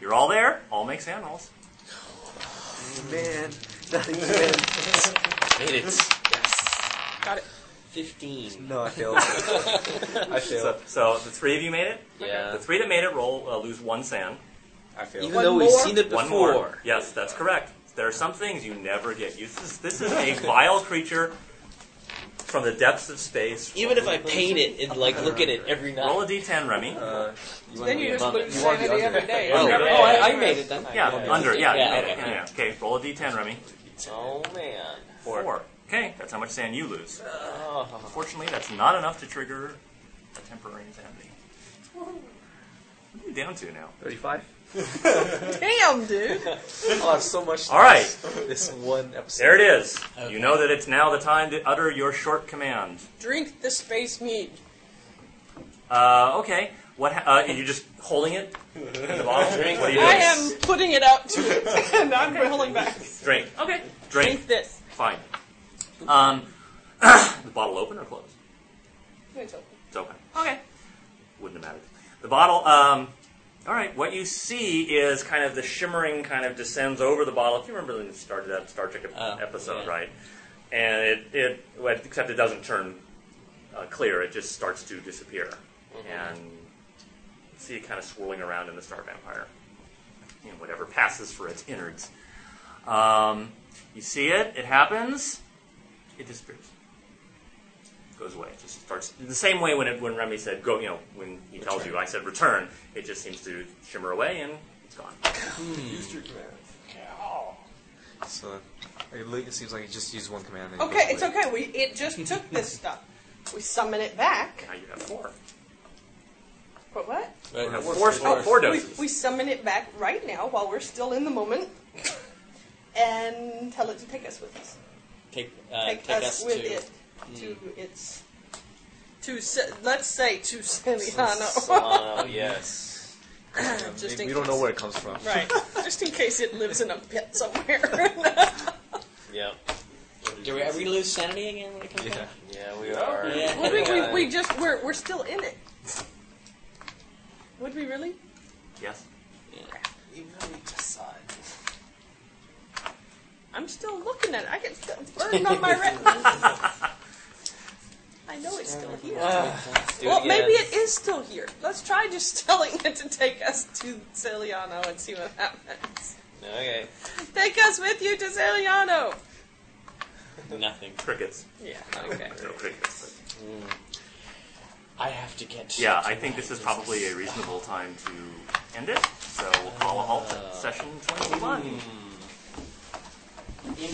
Speaker 2: You're all there. All make sand rolls.
Speaker 4: Man,
Speaker 9: Nothing failed.
Speaker 7: Made it. Yes.
Speaker 3: Got it.
Speaker 7: 15.
Speaker 4: No, I failed. I failed.
Speaker 2: So, so the three of you made it.
Speaker 7: Yeah.
Speaker 2: The three that made it roll uh, lose one sand.
Speaker 4: I failed.
Speaker 7: Even
Speaker 3: One
Speaker 7: though we've
Speaker 3: more?
Speaker 7: seen it
Speaker 2: One
Speaker 7: before.
Speaker 2: more. Yes, that's correct. There are some things you never get used. This is, this is a vile creature from the depths of space.
Speaker 7: Even if I paint it and like look at it every night.
Speaker 2: Roll a d10, Remy.
Speaker 4: Uh, you wanna
Speaker 10: Then
Speaker 4: be
Speaker 10: you just
Speaker 4: above
Speaker 10: lose
Speaker 4: it. You wanna be
Speaker 10: sanity
Speaker 4: under
Speaker 10: every
Speaker 4: it.
Speaker 10: day.
Speaker 7: Oh,
Speaker 2: Yeah.
Speaker 9: Oh, I, I made it then.
Speaker 2: Yeah,
Speaker 4: Yeah.
Speaker 2: under. Yeah,
Speaker 7: Yeah,
Speaker 2: you made it.
Speaker 7: okay.
Speaker 2: Yeah, yeah. Okay, roll a d10, Remy.
Speaker 7: Oh man.
Speaker 2: Four. Okay, that's how much sand you lose. Oh. Unfortunately, that's not enough to trigger a temporary insanity. What are you down to now?
Speaker 4: 35?
Speaker 3: Damn, dude.
Speaker 4: Oh, there's so much. to
Speaker 2: All right.
Speaker 4: This, this one episode.
Speaker 2: There it is. You know that it's now the time to utter your short command.
Speaker 3: Drink the space mead.
Speaker 2: Uh, okay. What? Ha- uh, are you just holding it in the bottle? Drink. What are you doing?
Speaker 3: I am putting it out to it, and I'm holding back.
Speaker 2: Drink. Okay. Drink.
Speaker 3: Drink this.
Speaker 2: Fine. Um, the bottle open or closed?
Speaker 3: It's open.
Speaker 2: It's open. Okay. Wouldn't have mattered. The bottle. Um, all right. What you see is kind of the shimmering kind of descends over the bottle. If you remember when you started that Star Trek ep-
Speaker 7: Oh,
Speaker 2: episode,
Speaker 7: yeah.
Speaker 2: right? And it, it well, except it doesn't turn uh, clear. It just starts to disappear,
Speaker 7: Mm-hmm.
Speaker 2: and you see it kind of swirling around in the Star Vampire, and whatever passes for its innards. Um, you see it. It happens. It disappears goes away. It just starts the same way when it, when Remy said go. You know, when he tells you, I said return. It just seems to shimmer away and it's gone.
Speaker 4: Used your command. So, it li- it seems like you just used one command. and it
Speaker 10: Okay,
Speaker 4: goes
Speaker 10: it's
Speaker 4: away.
Speaker 10: okay. We it just took this stuff. We summon it back.
Speaker 2: Now you have four.
Speaker 10: But what?
Speaker 2: You have four, four, four
Speaker 10: we,
Speaker 2: doses.
Speaker 10: we summon it back right now while we're still in the moment, and tell it to take us with us.
Speaker 7: Take, uh,
Speaker 10: Take, us, with it to Hmm. its to se- let's say to Celiano.
Speaker 7: Solano, yes.
Speaker 4: Um,
Speaker 3: Just
Speaker 4: we,
Speaker 3: in
Speaker 4: we don't know
Speaker 3: case.
Speaker 4: where it comes from.
Speaker 3: Right. Just in case it lives in a pit somewhere.
Speaker 7: Yep.
Speaker 5: Do we, are we lose sanity again when it comes
Speaker 4: Yeah.
Speaker 5: back?
Speaker 7: Yeah, we are.
Speaker 5: Yeah.
Speaker 3: Would we, we, we just we're, we're still in it. Would we really?
Speaker 2: yes.
Speaker 8: You really decide.
Speaker 3: I'm still looking at it. I get still it's burned on my retina. I know it's still here.
Speaker 7: Do it
Speaker 3: well,
Speaker 7: again.
Speaker 3: maybe it is still here. Let's try just telling it to take us to Celiano and see what happens.
Speaker 7: Okay.
Speaker 3: Take us with you to Celiano.
Speaker 5: Nothing.
Speaker 2: Crickets.
Speaker 3: Yeah. Okay.
Speaker 2: No crickets.
Speaker 5: I have to get.
Speaker 2: Yeah,
Speaker 5: to
Speaker 2: I think
Speaker 5: my
Speaker 2: this is probably a
Speaker 5: business.
Speaker 2: reasonable time to
Speaker 5: Uh,
Speaker 2: end it. So call a halt at session twenty-one.
Speaker 5: In